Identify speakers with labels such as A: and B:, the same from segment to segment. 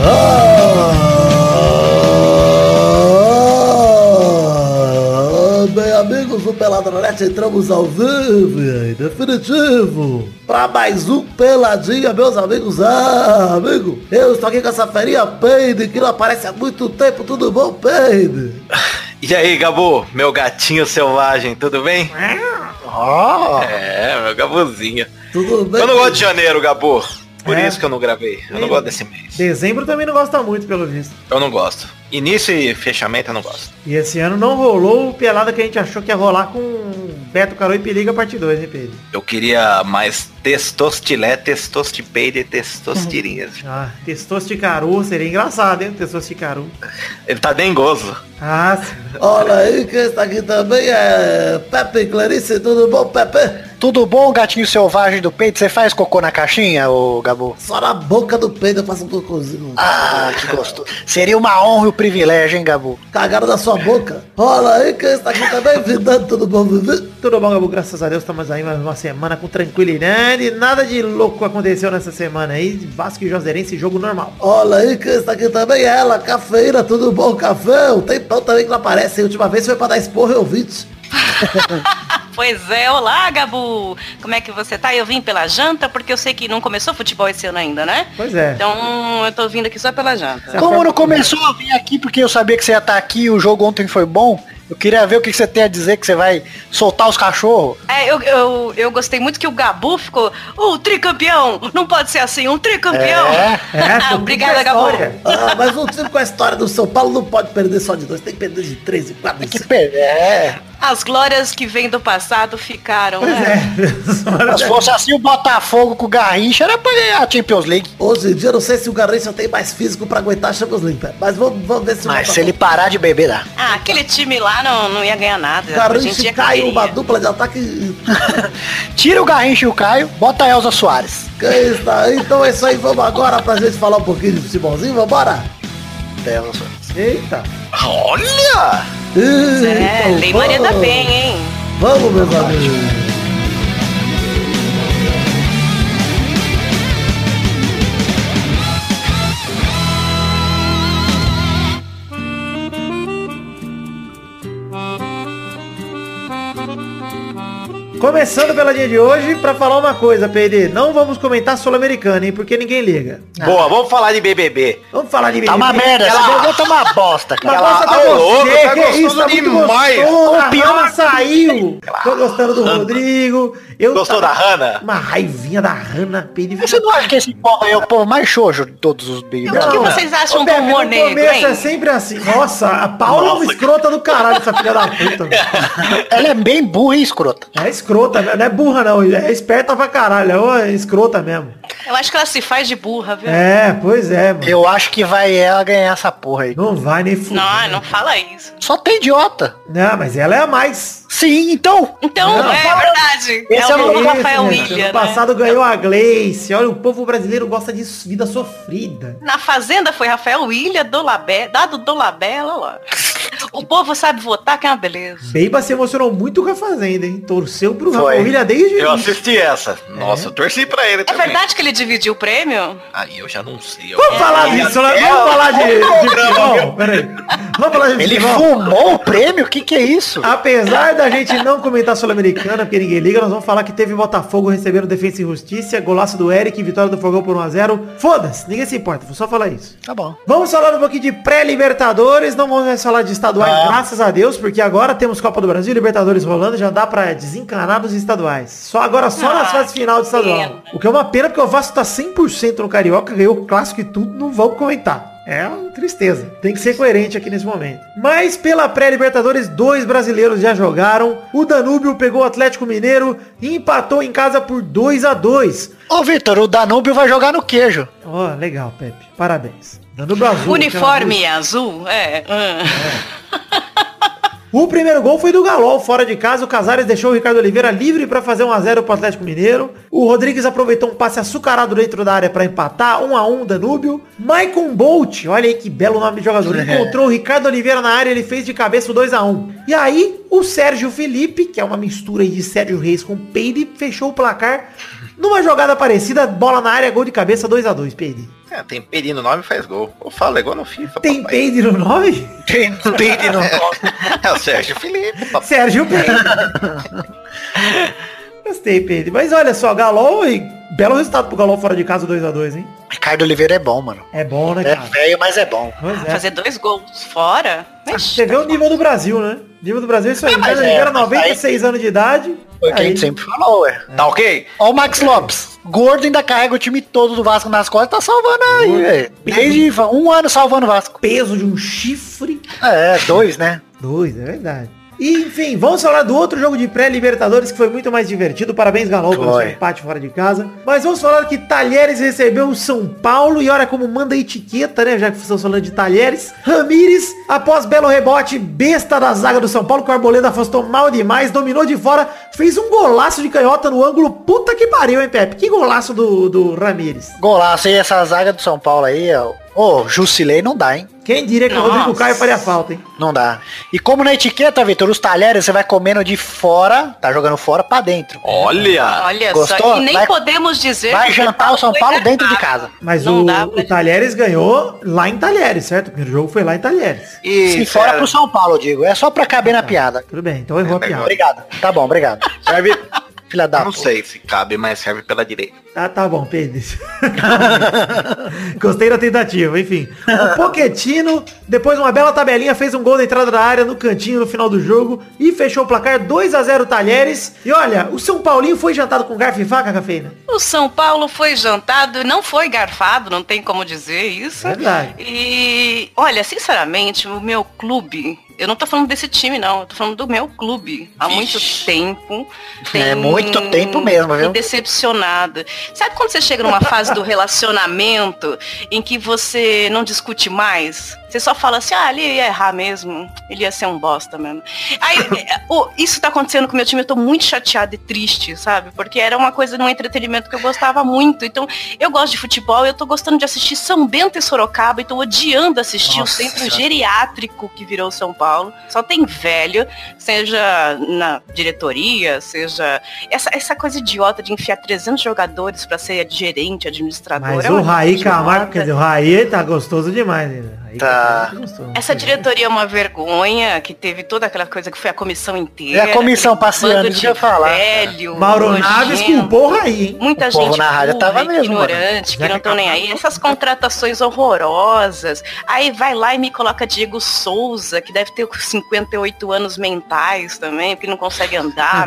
A: Ah, Peladronete, entramos ao vivo, e definitivo, pra mais um Peladinha, meus amigos. Ah, amigo, eu estou aqui com essa ferinha Peide, que não aparece há muito tempo. Tudo bom, Peide?
B: E aí, Gabu, meu gatinho selvagem, tudo bem?
A: Ó,
B: É, meu Gabuzinho.
A: tudo bem?
B: Eu não gosto de janeiro, Gabu. Por
C: É?
B: isso que eu não gravei. Eu não
C: Ei.
B: gosto desse mês.
C: Dezembro também não gosta muito, pelo visto.
B: Eu não gosto. Início e fechamento eu não gosto.
C: E esse ano não rolou o pelada que a gente achou que ia rolar com Beto Carol e Periga parte 2, hein, Pedro?
B: Eu queria mais testostilé, testostipeide e testostirinhas.
C: Ah, testoste de caru seria engraçado, hein? Testoste de caru.
B: Ele tá dengoso.
C: Ah, sim.
A: Olha aí, quem está aqui também é Pepe Clarice. Tudo bom, Pepe?
D: Tudo bom, gatinho selvagem do peito? Você faz cocô na caixinha, ô Gabu?
A: Só na boca do Peide eu faço um cocôzinho.
D: Ah, que gostoso. Seria uma honra e um privilégio, hein, Gabu?
A: Cagaram na sua boca. Olha aí, quem está aqui também, Vidano. Tudo bom, Vivi?
C: tudo bom, Gabu? Graças a Deus, estamos aí mais uma semana com tranquilidade. Nada de louco aconteceu nessa semana aí. Vasco e Joserense, jogo normal.
A: Olha aí, quem está aqui também é ela, cafeína, tudo bom, café? O tempão também que não aparece, a última vez foi pra dar esporro e ouvinte.
E: Pois é, olá, Gabu! Como é que você tá? Eu vim pela janta, porque eu sei que não começou futebol esse ano ainda, né?
C: Pois é.
E: Então eu tô vindo aqui só pela janta.
D: Como não começou a vir aqui porque eu sabia que você ia estar aqui e o jogo ontem foi bom, eu queria ver o que que você tem a dizer que você vai soltar os cachorros.
E: É, eu, eu, eu gostei muito que o Gabu ficou, o tricampeão! Não pode ser assim, um tricampeão!
D: É,
C: É,
E: Obrigada,
C: muita
E: Gabu!
C: história.
A: Ah, mas um time com a história do São Paulo não pode perder só de dois, tem que perder de três, de quatro, de
D: Que
A: cinco.
D: pe... é.
E: As glórias que vêm do passado ficaram, né?
D: Mas se fosse assim o Botafogo com o Garrincha, era pra ganhar a Champions League.
A: Hoje em dia eu não sei se o Garrincha tem mais físico pra aguentar a Champions League, né? mas vamos, vamos ver se o
D: Mas
A: Botafogo-
D: se ele parar de beber, dá.
C: é.
E: Ah, aquele time lá não, não ia ganhar nada. A gente
A: Garrincha
E: ia
A: e Caio,
E: cair.
A: uma dupla de ataque. e-
D: Tira o Garrincha e o Caio, bota a Elza Soares.
A: Quem está aí? Então é isso aí, vamos agora pra gente falar um pouquinho de futebolzinho, vambora?
D: Elza Soares.
C: Eita.
B: Olha!
E: É,
C: então,
E: Lei Maria da Penha, hein?
A: então, Vamos, meus amigos.
C: Começando pela dia de hoje, pra falar uma coisa, Pedro. Não vamos comentar Sul-Americana, hein? Porque ninguém liga.
B: Boa, vamos falar de BBB.
C: Vamos falar de
D: Tá uma
C: BBB.
D: merda, esse
B: Ela-
D: jogo tá uma bosta,
C: Mas
D: cara.
B: Ela-
C: gosta
B: Ô,
C: da
B: louco,
C: você,
B: tá
C: que
B: gostoso
C: isso, tá muito
B: demais.
C: gostoso,
D: Ô,
C: a
D: pior
C: Rama
D: que-
C: saiu. Tô gostando do Rodrigo. Eu
B: Gostou da
C: tava-
B: Hanna?
C: Uma raivinha da Hanna. Pedro.
D: Você não acha que esse povo aí é o povo mais xoxo de todos os Big
E: O
D: Brother?
E: que vocês acham
C: Ô,
E: do
C: Pepe,
E: humor
C: no
E: negro,
C: começo é
E: hein?
C: sempre assim. Nossa, a Paula é uma
B: Nossa.
C: escrota do caralho, essa filha da puta. velho.
D: Ela é bem burra e escrota.
C: É escrota, velho. não é burra não. É esperta pra caralho. É uma escrota mesmo.
E: Eu acho que ela se faz de burra, viu?
C: assim. É, pois é, mano.
D: Eu acho que vai ela ganhar essa porra aí.
C: Não vai nem fuder.
E: Não, não fala isso.
D: Só tem idiota.
C: Não, mas ela é a mais.
D: Sim, então.
E: Então,
C: Não,
E: é
D: fala-
E: verdade.
D: Esse
E: é
D: é
E: o
D: o
E: novo
D: Luiz,
E: Rafael
C: né?
E: Willian.
C: No
E: né?
C: passado ganhou a Gleice. Olha, o povo brasileiro gosta de vida sofrida.
E: Na Fazenda foi Rafael Willian, Dolabé, dado Dolabé, olha lá. O povo sabe votar, que é uma beleza.
C: Beiba se emocionou muito com a Fazenda, hein? Torceu pro
D: Foi.
C: Rafa Willian desde o
B: Eu
C: início.
B: assisti essa.
C: É?
B: Nossa, eu torci pra ele
E: É
B: também.
E: verdade que ele dividiu o prêmio?
B: Aí eu já não sei. Eu-
C: Vamos falar
B: Eu-
C: disso,
B: Eu-
C: né? Vamos falar de, de
B: programa,
C: futebol. Peraí. Vamos falar de
D: Ele
C: futebol.
D: fumou o prêmio? O que, que é isso?
C: Apesar da gente não comentar Sul-Americana, porque ninguém liga, nós vamos falar que teve Botafogo recebendo defesa e justiça, golaço do Eric, vitória do Fogão por 1x0. Foda-se, ninguém se importa, vou só falar isso.
D: Tá bom.
C: Vamos falar um pouquinho de pré-libertadores, não vamos mais falar de estaduais,
D: Ah.
C: graças a Deus, porque agora temos Copa do Brasil, Libertadores rolando, já dá pra desencanar dos estaduais. Só agora, só nas
E: Ah,
C: fases final do
E: que
C: estadual.
E: pena.
C: O que é uma pena, porque o Vasco tá 100% no Carioca, ganhou o Clássico e tudo, não vamos comentar. É uma tristeza. Tem que ser coerente aqui nesse momento. Mas pela pré-libertadores, dois brasileiros já jogaram. O Danúbio pegou o Atlético Mineiro e empatou em casa por 2 a 2
D: Ô, Vitor, o Danúbio vai jogar no queijo.
C: Ó, legal, Pepe. Parabéns. Danúbio Azul.
E: Uniforme azul? É. hum.
C: O primeiro gol foi do Galol, fora de casa. O Casares deixou o Ricardo Oliveira livre para fazer 1x0 pro Atlético Mineiro. O Rodrigues aproveitou um passe açucarado dentro da área para empatar. 1x1 Danúbio. Maicon Bolt, olha aí que belo nome de jogador. Encontrou o Ricardo Oliveira na área, ele fez de cabeça o 2x1. E aí, o Sérgio Felipe, que é uma mistura aí de Sérgio Reis com Peide, fechou o placar Numa jogada parecida, bola na área, gol de cabeça, 2 a 2 Peide.
B: É, tem peri no nome faz gol. Eu falo, é igual no FIFA.
C: Tem
B: papai.
C: Peide no nome?
D: Tem, tem né? de novo.
B: É o Sérgio Felipe, papai.
C: Sérgio Peide. Gostei, Peide. Mas olha só, Galol e belo resultado pro Galol fora de casa, 2 a 2 hein?
D: Ricardo Oliveira é bom, mano.
C: É bom, né,
D: É
C: cara?
D: velho, mas é bom.
C: Pois é. Ah,
E: Fazer dois gols fora? Ixi,
C: Você vê o nível do Brasil, né? O nível do Brasil é isso aí.
D: mas
C: Mas
D: é,
C: era
D: mas
C: 96 anos de idade.
D: Foi o que a
C: aí-
D: gente sempre falou, ué.
B: Tá ok?
D: Ó o Max Lopes. Gordo ainda carrega o time todo do Vasco nas costas, tá salvando aí, velho. Desde fa- um ano salvando o Vasco.
C: Peso de um chifre.
D: É, dois, né?
C: Dois, é verdade. E, enfim, vamos falar do outro jogo de pré-Libertadores que foi muito mais divertido. Parabéns, Galo, pelo
D: Foi.
C: seu empate fora de casa. Mas vamos falar que Talheres recebeu o São Paulo e olha como manda etiqueta, né? Já que estamos falando de Talheres. Ramires, após belo rebote, besta da zaga do São Paulo, que o Arboleda afastou mal demais, dominou de fora, fez um golaço de canhota no ângulo. Puta que pariu, hein, Pepe? Que golaço do, do Ramires.
D: Golaço aí, essa zaga do São Paulo aí, ó. Ô, Jusilei não dá, hein?
C: Quem diria que o
E: Nossa.
C: Rodrigo Caio faria falta, hein?
D: Não dá. E como na etiqueta, Vitor, os talheres você vai comendo de fora, tá jogando fora pra dentro.
B: Olha!
E: Olha
D: Gostou?
E: só, e nem
D: Vai-
E: podemos dizer
D: Vai
E: que
D: jantar o São
E: foi
D: Paulo dentro de
E: errado.
D: casa.
C: Mas
E: Não
C: o,
E: dá
C: o
E: pra-
C: Talheres ganhou lá em Talheres, certo? O primeiro jogo foi lá em Talheres.
B: E
D: Se fora pro São Paulo, eu digo. É só pra caber na piada.
C: Tudo bem, então errou a piada.
D: Obrigado. Tá bom, obrigado.
B: serve.
D: Filha da
B: Não
D: puta.
B: sei se cabe, mas serve pela direita.
C: Tá, tá bom, Pedro. Gostei da tentativa, enfim. O Poquetino, depois de uma bela tabelinha, fez um gol na entrada da área, no cantinho, no final do jogo, e fechou o placar 2 a 0 Talheres. E olha, o São Paulinho foi jantado com garfo e faca, Cafeína?
E: O São Paulo foi jantado, não foi garfado, não tem como dizer isso.
C: Verdade.
E: E olha, sinceramente, o meu clube, eu não tô falando desse time não, eu tô falando do meu clube. Há muito tempo.
D: É, muito tempo mesmo, viu?
E: me Decepcionada. Sabe quando você chega numa fase do relacionamento em que você não discute mais? Você só fala assim, ah, ele ia errar mesmo, ele ia ser um bosta mesmo. Aí, é, o- isso tá acontecendo com o meu time, eu tô muito chateada e triste, sabe? Porque era uma coisa de um entretenimento que eu gostava muito. Então, eu gosto de futebol, eu tô gostando de assistir São Bento e Sorocaba, e tô odiando assistir
D: Nossa
E: o centro
D: Senhora.
E: geriátrico que virou São Paulo. Só tem velho, seja na diretoria, seja... Essa, essa coisa idiota de enfiar 300 jogadores pra ser gerente, administrador.
C: Mas
E: é
C: o
E: uma
C: Raí
E: coisa
C: Camargo,
E: idiota.
C: quer dizer, o Raí tá gostoso demais, né? Raí
D: Tá.
C: Camargo gostoso.
E: Essa diretoria é uma vergonha, que teve toda aquela coisa que foi a comissão
D: E
E: inteira.
D: É a comissão passeando,
E: Bando
D: deixa
E: de
D: eu falar.
E: velho,
C: Mauro
E: nojento.
C: Naves culpou o Raí, hein?
E: Muita
D: O povo
E: gente
D: na rádio
E: burra,
D: tava mesmo, Né,
E: ignorante,
C: mano.
E: que não estão nem aí. Essas contratações horrorosas. Aí vai lá e me coloca Diego Souza, que deve ter 58 anos mentais também, porque não consegue andar,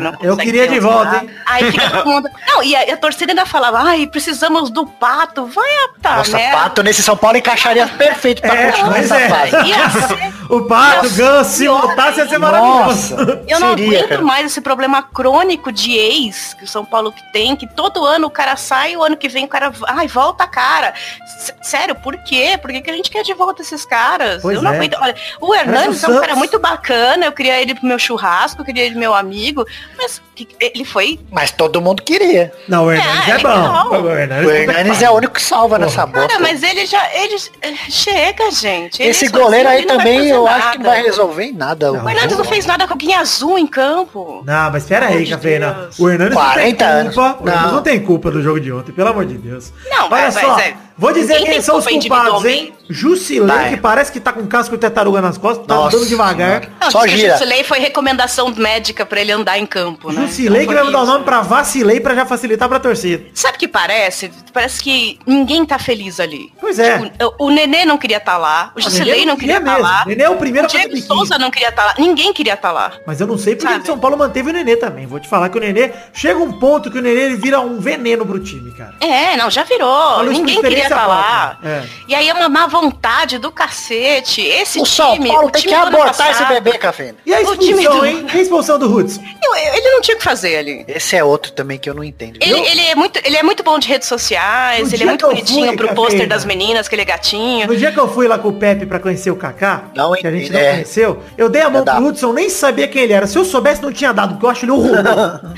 E: não consegue
C: Eu queria de
E: pensar.
C: volta, hein?
E: Aí fica todo mundo... Não, e a, e a torcida ainda falava, ai, precisamos do Pato, vai a tá,
D: Nossa,
E: né?
D: Pato nesse São Paulo encaixaria perfeito pra
C: É,
D: continuar
C: pois
D: essa
C: é.
D: fase.
E: Ia ser
C: O Pato, o
E: Nossa,
C: Ganso, se
E: que
C: voltasse ia ser é maravilhoso.
D: Nossa,
E: Eu não
D: seria,
E: aguento
D: cara.
E: mais esse problema crônico de ex que o São Paulo que tem, que todo ano o cara sai, o ano que vem o cara, ai, volta a cara. S- Sério, por quê? Por que, que a gente quer de volta esses caras?
C: Pois
E: eu não
C: é.
E: aguento. Olha, o Hernandes
C: o
E: é um cara
C: Santos.
E: muito bacana, eu queria ele pro meu churrasco, eu queria ele meu amigo, mas que- ele foi
D: Mas todo mundo queria.
C: Não, o Hernandes é,
E: É, é
C: bom.
E: legal.
C: O
D: O
C: Hernandes,
D: Hernanes é o único que salva nessa bosta.
E: Cara, mas ele já. Ele eh, chega, gente. Ele
D: Esse
E: sozinho,
D: goleiro aí
E: ele não vai
D: também
E: fazer
D: eu acho que não
E: nada.
D: vai resolver em nada.
C: Não,
E: O Hernandes não fez nada com alguém azul em campo.
C: Não, mas pera aí,
E: de
C: Cafeína.
E: Deus.
C: O Hernandes não tem
D: 40 anos.
C: culpa. O Hernandes
D: Não.
C: não tem culpa do jogo de ontem, pelo amor de Deus.
E: Não,
C: Olha
E: mas-
C: só,
E: mas é-
C: vou dizer
E: ninguém
C: quem
E: tem
C: são os
E: culpa
C: culpados, hein? Jusilei,
D: Vai.
C: que parece que tá com casco de tartaruga nas costas, tá
D: Nossa
C: andando devagar.
D: Senhora.
E: Não,
D: Só
E: diz que
D: gira.
E: O Jusilei foi recomendação médica pra ele andar em campo, né?
C: Jusilei que
E: Então foi
C: vai mudar o
E: isso.
C: nome pra Vacilei pra já facilitar pra torcida.
E: Sabe o que parece? Parece que ninguém tá feliz ali.
C: Pois é. Ah,
E: Tipo, o, o Nenê não queria estar lá, o Jusilei não queria estar
C: mesmo.
E: lá,
C: Nenê é o
E: o
C: primeiro a fazer
E: Diego
C: biquinho.
E: Souza não queria estar lá, ninguém queria estar lá.
C: Mas eu não sei porque
E: Sabe?
C: o São Paulo manteve o Nenê também. Vou te falar que o Nenê... Chega um ponto que o Nenê ele vira um veneno pro time, cara.
E: É, não, já virou,
C: Olha, isso
E: ninguém
C: por
E: queria
C: experiência
E: estar lá.
C: própria. É.
E: E aí é uma má vontade do cacete. Esse
D: O
E: time.
D: São Paulo
E: o
D: tem
E: time
D: que
E: do ano
D: abortar esse
E: passado,
D: bebê, Cafeína.
C: E a
E: O time
C: expulsão,
E: do-
C: hein? E a expulsão do Hudson?
E: eu- eu- Ele não tinha o que fazer ali.
D: Esse é outro também que eu não entendo.
E: Ele,
D: viu?
E: ele é muito, ele é muito bom de redes
C: No
E: sociais, ele
C: dia
E: é muito
C: que eu
E: bonitinho
C: fui,
E: pro
C: Cafeína.
E: pôster das meninas, que ele é gatinho.
C: No dia que eu fui lá com o Pepe pra conhecer o Kaká,
D: Não
C: que a gente não
D: entendi, é.
C: conheceu, eu dei a mão
D: Eu dava.
C: pro Hudson, eu nem sabia quem ele era. Se eu soubesse, não tinha dado, porque eu acho ele um horroroso.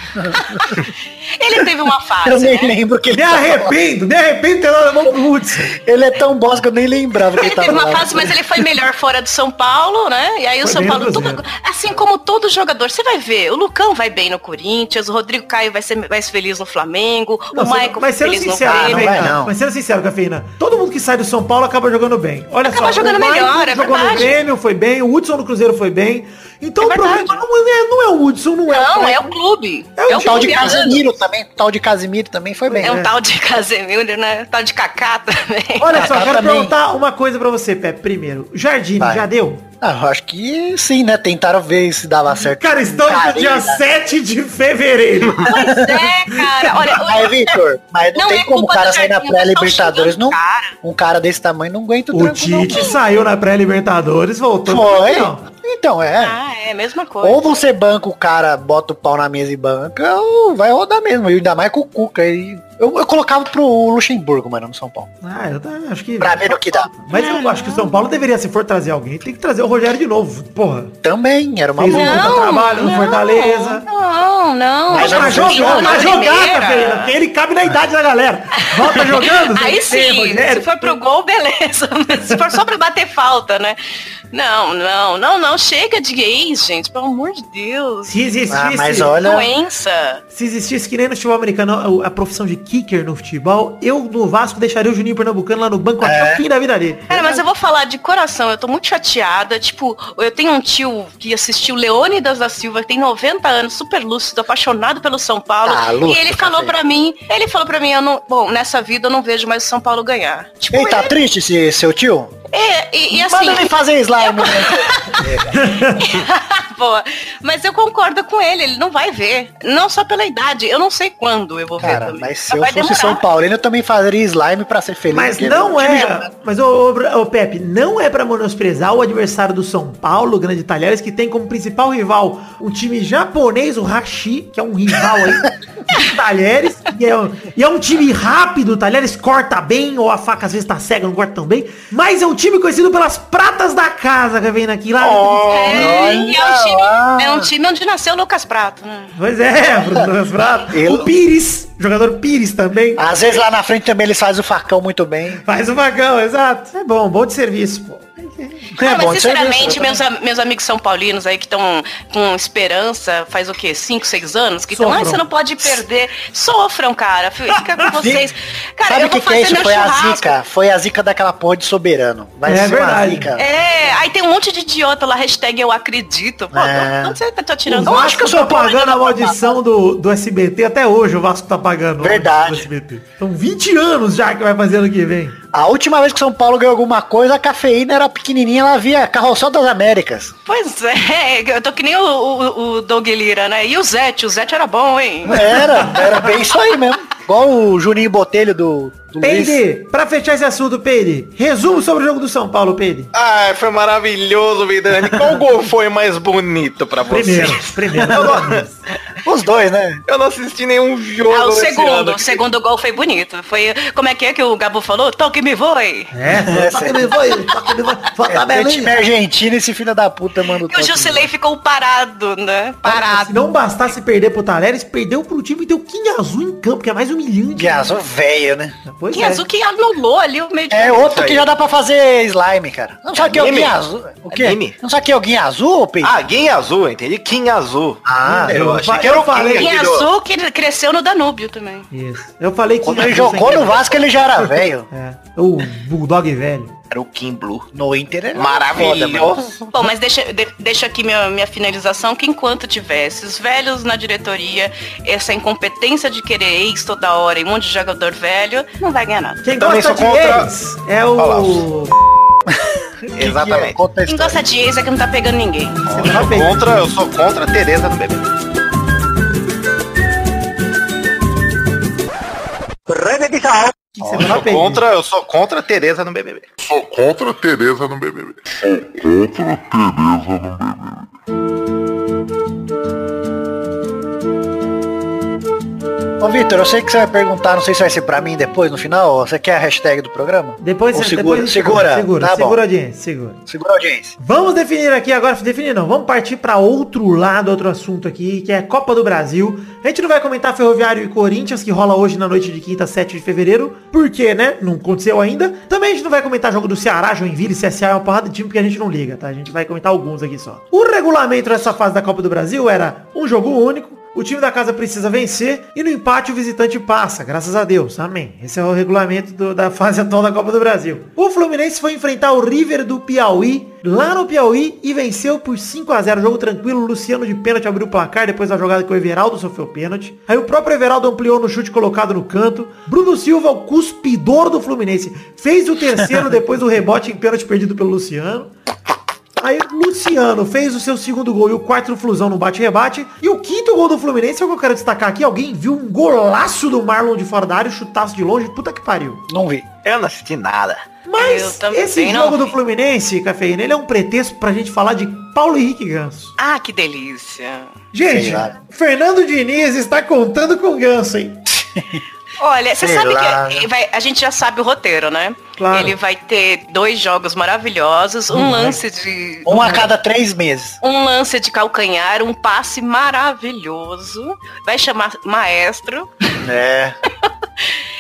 E: Ele teve uma
D: Eu
E: fase,
D: nem
E: né?
D: lembro que
C: me
D: ele tava lá.
C: arrependo, me arrependo de ter dado a mão pro Hudson.
D: Ele é tão bosta que eu nem lembrava que
E: Ele
D: ele
E: teve
D: tava
E: uma
D: lá.
E: fase, mas ele foi melhor fora do São Paulo, né? E aí o
C: Foi
E: São
C: bem
E: Paulo,
C: no
E: tudo-
C: Cruzeiro.
E: assim como todo jogador, você vai ver, o Lucão vai bem no Corinthians, o Rodrigo Caio vai ser mais feliz no Flamengo,
C: Não,
E: o
C: sendo-
E: Maicon vai
C: mas
E: ser
C: sendo
E: feliz no
C: sincero,
D: vai,
E: Grêmio.
D: não é? vai,
C: Cafeína,
D: não.
C: mas sendo sincero, Cafeína, todo mundo que sai do São Paulo acaba jogando bem. Olha
E: Acaba
C: só,
E: jogando
C: o Maicon
E: melhor, é
C: jogou no
E: verdade.
C: Grêmio, foi bem, o Hudson no Cruzeiro foi bem. Então
E: É
C: o problema
E: verdade.
C: não é, não é o Hudson, não é o
E: Não, é
C: Maicon.
E: o clube.
C: É o
E: É o
D: um Tal de
E: clube errando.
D: Casemiro né? também. Tal de Casemiro também foi bem.
E: É um tal de Casemiro, né? Tal de Kaká também.
C: Olha só,
D: Kaká
C: quero
D: também.
C: perguntar uma coisa pra você, Pepe, primeiro. Jardine,
D: Vai.
C: já deu?
D: Ah, eu acho que sim, né? Tentaram ver se dava certo.
C: Cara, estamos no dia 7 de fevereiro.
E: Pois é, cara. Olha,
D: Mas, Vitor, mas não,
E: Não
D: tem
E: é
D: como o
E: culpa
D: cara
E: do
D: sair na
E: Jardim, eu tô
D: pré-Libertadores.
E: xingando
D: Não,
E: o cara.
D: um cara desse tamanho não aguenta o
C: O
D: tranco, não.
C: Tite saiu na pré-Libertadores, voltou.
D: Foi?
C: Não.
D: Então, é.
E: Ah, é a mesma coisa.
D: Ou você banca o cara, bota o pau na mesa e banca, ou vai rodar mesmo. E ainda mais com o Cuca. aí. Eu, eu colocava pro Luxemburgo, mano, no São Paulo.
C: Ah, eu tá- acho que...
D: Pra ver o que dá.
C: Mas eu acho que o São Paulo deveria, se for trazer alguém, tem que trazer o Rogério de novo. Porra,
D: Também, era uma
C: fez um
D: boa.
C: puta trabalho no Fortaleza.
E: Não, não.
C: Mas tá pra
E: Não,
C: jogar, pra
E: não, na
C: jogar,
E: primeira.
C: Cafeína, porque ele cabe na idade da galera. Volta jogando?
E: Aí
C: Zé
E: sim, se
D: né?
C: Rogério.
E: for pro gol, beleza. Mas se for só pra bater falta, né? Não, não, não, não. Chega de gays, gente. Pelo amor de Deus.
C: Se existisse,
D: Ah, mas olha,
E: Doença.
C: se existisse que nem no futebol americano a a profissão de kicker no futebol, eu no Vasco deixaria o Juninho Pernambucano lá no banco até o fim da vida dele.
E: Cara, mas eu vou falar de coração, eu tô muito chateada. Tipo, eu tenho um tio que assistiu Leônidas da Silva, que tem 90 anos, super lúcido, apaixonado pelo São Paulo.
D: Ah, lúcido,
E: e ele falou
D: café.
E: pra mim, ele falou pra mim, eu não, bom, nessa vida eu não vejo mais o São Paulo ganhar. Tipo,
D: Ei, tá triste esse seu tio?
E: é, e, e assim,
D: Manda ele fazer slime. né?
E: boa. Mas eu concordo com ele, ele não vai ver. Não só pela idade, eu não sei quando eu vou ver
D: Cara,
E: também.
D: mas se
E: Mas
D: eu
E: vai
D: fosse São Paulino, eu também faria slime pra ser feliz. né?
C: Mas
D: porque
C: não
D: o time
C: é.
D: joga-
C: Mas, ô, ô, ô, Pepe, não é pra menosprezar o adversário do São Paulo, Grande Talheres, que tem como principal rival um time japonês, o Hashi, que é um rival aí do Talheres. E é, um- e é um time rápido, o Talheres corta bem, ou a faca às vezes tá cega, não corta tão bem. Mas é um time conhecido pelas pratas da casa, que vem aqui lá.
E: É, e é um,
D: Olha lá.
E: time, é um time onde nasceu o Lucas Prato, né?
C: Pois é, Bruno, as pratas.
D: Ele-
C: O Pires, jogador Pires também.
D: Às vezes lá na frente também eles fazem o facão muito bem.
C: Faz o vagão, exato. É bom, bom de serviço, pô.
D: É
E: Ah,
D: bom
E: mas
D: de
E: sinceramente,
D: serviço,
E: meus, am- meus amigos são paulinos aí que estão com esperança faz o quê? 5, 6 anos? Que estão, ah,
C: Sofram.
E: você não pode perder. Sofram, cara. Fica com vocês. Cara,
D: Sabe
E: eu
D: o que,
E: vou
D: que
E: fazer
D: é isso?
E: meu
D: Foi
E: churrasco.
D: a zica. Foi a zica daquela porra de soberano. Vai
C: É
D: ser uma
C: verdade.
D: zica.
E: É, aí tem um monte de idiota lá, hashtag eu acredito. Pô,
D: É.
E: de onde você tá te
C: O
E: atirando?
C: Vasco
E: acho que eu
C: tá pagando a maldição do, do SBT até hoje, o Vasco tá pagando. a
D: Verdade.
C: maldição do SBT. São 20 Então, anos já que vai fazer ano que vem.
D: A última vez que São Paulo ganhou alguma coisa, a cafeína era pequenininha, ela via Carrossel das Américas.
E: Pois é, eu tô que nem o, o, o Doug Lira, né? E o Zete, o Zete era bom, hein?
D: Era, era bem isso aí mesmo. Igual o Juninho Botelho do, do Luiz.
C: Peide, pra fechar esse assunto, Peide, resumo sobre o jogo do São Paulo, Peide.
B: Ai, Ah, foi maravilhoso, Vidani. Qual gol foi mais bonito pra você?
C: Primeiro, primeiro.
D: Os dois, né?
B: Eu não assisti nenhum jogo.
E: Ah, o
B: esse
E: segundo,
B: ano.
E: o segundo gol foi bonito. Foi, como é que é que o Gabo falou? Toque me voe.
C: é,
A: Toca me foi, toca me foi. Falta
D: É, time
A: Belém.
D: argentino, esse filho da puta manda o
E: E o
D: toque.
E: Jusilei ficou parado, né?
C: se
E: Parado.
C: não bastasse perder pro Talheres, perdeu pro time e tem o Kim Azul em campo, que é mais humilhante.
D: Que azul velho, né?
C: Pois
E: E
C: é.
E: azul que anulou ali o meio de
D: É
E: campo.
D: outro que já dá pra fazer slime, cara. Não sabe que é o
B: Anime?
D: Guinha Azul. O quê?
B: Anime?
D: Não sabe que é o Guinha Azul, Peide?
B: Ah, Guin Azul, entendi. Kim Azul.
D: Ah,
B: eu,
C: eu
B: achei
C: fa-
B: que era
C: eu
B: o Kim
C: falei.
E: E
B: aqui do-
E: azul que cresceu no Danúbio também.
C: Isso. Eu falei que
D: Quando ele jogou no Vasco, ele já era velho.
C: É, o Bulldog velho.
B: Era o Kim Blue.
D: No Inter ele
B: Maravilhoso.
E: Bom, mas deixa, de- deixa aqui minha, minha finalização, que enquanto tiver esses velhos na diretoria, essa incompetência de querer ex toda hora e um monte de jogador velho, não vai ganhar nada.
C: Quem
B: Também
C: gosta de
B: sou contra-
C: ex é o...
B: Exatamente.
D: Conta a
E: Quem
D: história.
E: gosta de ex é que não tá pegando ninguém.
B: Eu sou contra, eu sou contra a Tereza do bebê. Eu
C: Você vai lá,
B: sou
C: Peide.
B: contra, eu sou contra a Tereza no BBB.
F: Sou contra a Tereza no BBB.
D: Ô Vitor, eu sei que você vai perguntar, não sei se vai ser pra mim depois, no final. Você quer a hashtag do programa?
C: Depois,
D: Ou
C: depois
D: segura,
C: a gente-
D: segura,
C: segura,
D: tá bom.
C: segura, audiência, segura.
D: Segura a audiência.
C: Vamos definir aqui agora, definir não, vamos partir para outro lado, outro assunto aqui, que é Copa do Brasil. A gente não vai comentar Ferroviário e Corinthians, que rola hoje na noite de quinta, 7 de fevereiro, porque, né, não aconteceu ainda. Também a gente não vai comentar jogo do Ceará, Joinville, CSA, é uma porrada de time que a gente não liga, tá? A gente vai comentar alguns aqui só. O regulamento dessa fase da Copa do Brasil era um jogo único, o time da casa precisa vencer e no empate o visitante passa, graças a Deus. Amém. Esse é o regulamento do- da fase atual da Copa do Brasil. O Fluminense foi enfrentar o River do Piauí, lá no Piauí, e venceu por 5 a 0 Jogo tranquilo, Luciano de pênalti abriu o placar depois da jogada que o Everaldo sofreu pênalti. Aí o próprio Everaldo ampliou no chute colocado no canto. Bruno Silva, o cuspidor do Fluminense, fez o terceiro depois do rebote em pênalti perdido pelo Luciano. Aí o Luciano fez o seu segundo gol e o quarto do Flusão no bate-rebate. E o quinto gol do Fluminense é o que eu quero destacar aqui. Alguém viu um golaço do Marlon de fora da área, chutaço de longe, puta que pariu.
D: Não vi.
B: Eu não assisti nada.
E: Eu
C: Mas
E: também
C: esse
E: não
C: jogo do
E: vi.
C: Fluminense, Cafeína, ele é um pretexto pra gente falar de Paulo Henrique Ganso.
E: Ah, que delícia.
C: Gente,
D: Sei lá.
C: Fernando Diniz está contando com o Ganso, hein?
E: Olha, você
D: Sei
E: sabe
D: lá,
E: que
D: né?
E: vai- a gente já sabe o roteiro, né?
C: Claro. Uhum.
E: Ele vai ter dois jogos maravilhosos, um lance de
D: Um a cada três meses.
E: um lance de calcanhar, um passe maravilhoso. Vai chamar maestro.
D: É.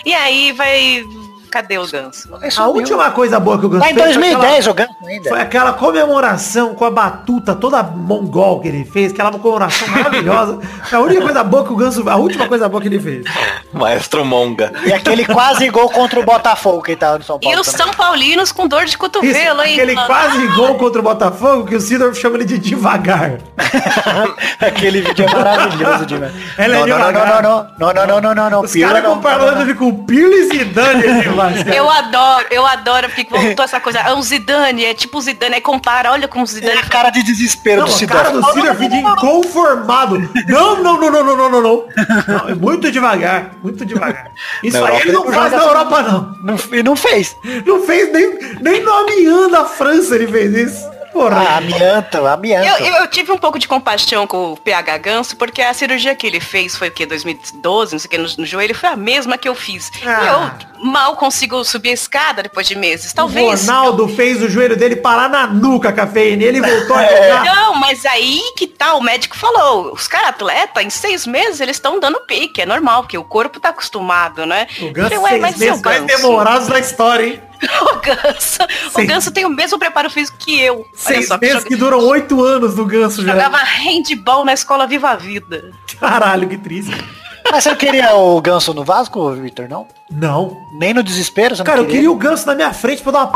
E: E aí vai cadê o ganso?
C: A última coisa boa que o Ganso
D: Tá em
C: fez foi aquela-
D: 2010 jogando ainda.
C: Foi aquela comemoração com a batuta toda mongol que ele fez, aquela comemoração maravilhosa. Foi a única coisa boa que o Ganso, a última coisa boa que ele fez.
B: Maestro Monga.
D: E aquele quase gol contra o Botafogo que tava no São
E: E
D: Paulo.
E: os
D: também.
E: São Paulinos com dor de
C: né? Isso,
E: cotovelo, hein?
C: aquele quase gol contra o Botafogo que o Sidor chama ele de devagar.
D: Aquele vídeo é maravilhoso demais.
C: Ela é
D: não, não,
C: devagar.
D: não, não, não, não, não, não, não, não,
C: Os
D: Pior um
C: caras
D: não,
C: comparando ele com o Pirlo e Zidane. né, ele faz, cara.
E: Eu adoro, eu adoro, porque voltou essa coisa. É um Zidane, é tipo o Zidane, aí compara, olha como o Zidane.
D: É a cara de desespero
C: Não,
D: do
C: a cara
D: Cidade.
C: do Sidor fica inconformado. Não, não, não, não, não, não, não, não. Não, é muito devagar, muito devagar. Isso
B: Na
C: aí ele não
D: Europa ele
C: faz na
D: joga assim.
C: Europa, não.
D: Não, e não fez.
C: Não fez nem, nem no Amiens da França ele fez isso. Porra.
D: Ah, amianto, amianto.
E: Eu, eu, eu tive um pouco de compaixão com o PH Ganso, porque a cirurgia que ele fez foi o quê? 2012, não sei o que, no, no joelho, foi a mesma que eu fiz.
C: Ah.
E: E eu mal consigo subir a escada depois de meses. Talvez.
C: O Ronaldo fez o joelho dele parar na nuca, cafeína. e Ele voltou a jogar.
E: Não, mas aí que tá, o médico falou, os caras atleta, em seis meses, eles estão dando pique, é normal, porque o corpo tá acostumado, né?
C: O Ganso
E: Eu
C: seis
E: falei, "Ué, mas e o
C: meses mais
E: Ganso?"
C: demorados da história, hein?
E: O Ganso,
C: Sim.
E: o Ganso tem o mesmo preparo físico que eu. Olha
C: Seis
E: só, que
C: meses
E: joga-
C: que né? duram oito anos do Ganso já.
E: Jogava handball na escola Viva a Vida.
C: Caralho, que triste.
D: Mas você não queria o Ganso no Vasco, Vitor, não?
C: Não.
D: Nem no desespero, você não
C: Cara, eu
D: queria?
C: queria o Ganso na minha frente pra dar uma p...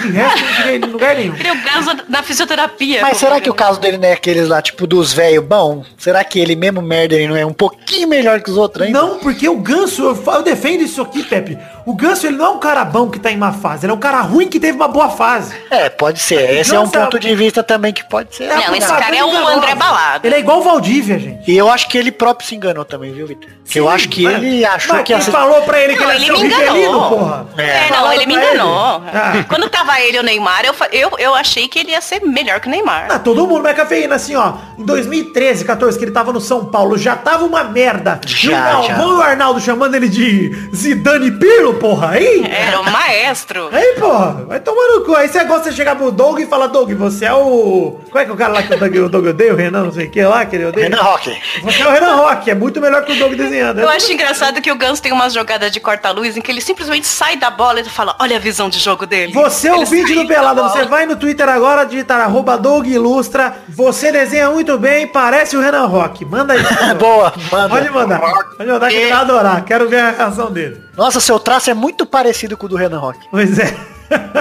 C: De resto, eu não queria ele em lugar nenhum.
E: Queria o Ganso na
C: um
E: fisioterapia.
D: Mas será que o caso dele não é aqueles lá, tipo, dos velho bom? Será que ele mesmo merda, ele não é um pouquinho melhor que os outros ainda?
C: Não, porque o Ganso, eu, fa- eu defendo isso aqui, Pepe. O Ganso, ele não é um cara bom que tá em má fase. Ele é um cara ruim que teve uma boa fase.
D: É, pode ser. Esse é um
C: Ganso é-
D: ponto de vista também que pode ser.
E: Não, esse
C: Uma
E: cara é
C: coisa
E: um
C: enganosa.
E: André Balada.
C: Ele é igual o Valdívia, gente.
D: E eu acho que ele próprio se enganou também, viu, Vitor? Porque eu
C: Sim,
D: acho que
C: mas-
D: ele achou
C: mas
D: que
C: quem
D: essa-
C: falou pra ele que
E: Não,
C: ele
E: ele
C: ia ser
E: me
C: o Rivelino, porra.
E: enganou. É, não,
C: Falaram
E: ele me
C: pra
E: enganou.
C: Ah.
E: Quando tava ele e o Neymar, eu, fa- eu, eu achei que ele ia ser melhor que o Neymar.
C: Ah, todo mundo, mas cafeína, assim, ó. Em 2013, 14, que ele tava no São Paulo, já tava uma merda. e o
D: Já,
C: Galvão e o Arnaldo chamando ele de Zidane Pirlo, porra, aí?
E: Era o maestro.
C: Aí, porra, vai tomar no cu. Aí você gosta de chegar pro Doug e falar, Doug, você é o... Qual é que é o cara lá que o Doug, o Doug odeia? O Renan, não sei o que lá, que ele odeia?
D: Renan Rock.
C: Você é o Renan Rock, é muito melhor que o Doug desenhando. é
E: Eu acho engraçado que o Ganso tem umas jogadas de corta-luz em que ele simplesmente sai da bola e fala, olha a visão de jogo dele.
C: Você é
E: Ele
C: o vídeo
E: saiu
C: do Pelada,
E: da
C: você
E: bola.
C: vai no Twitter agora, digitar arroba Doug Ilustra, você desenha muito bem, parece o Renan Rock. Manda aí.
D: Boa, manda.
C: Pode mandar. Pode mandar que ele vai adorar. Quero ver a reação dele.
D: Nossa, seu traço é muito parecido com o do Renan Rock.
C: Pois é.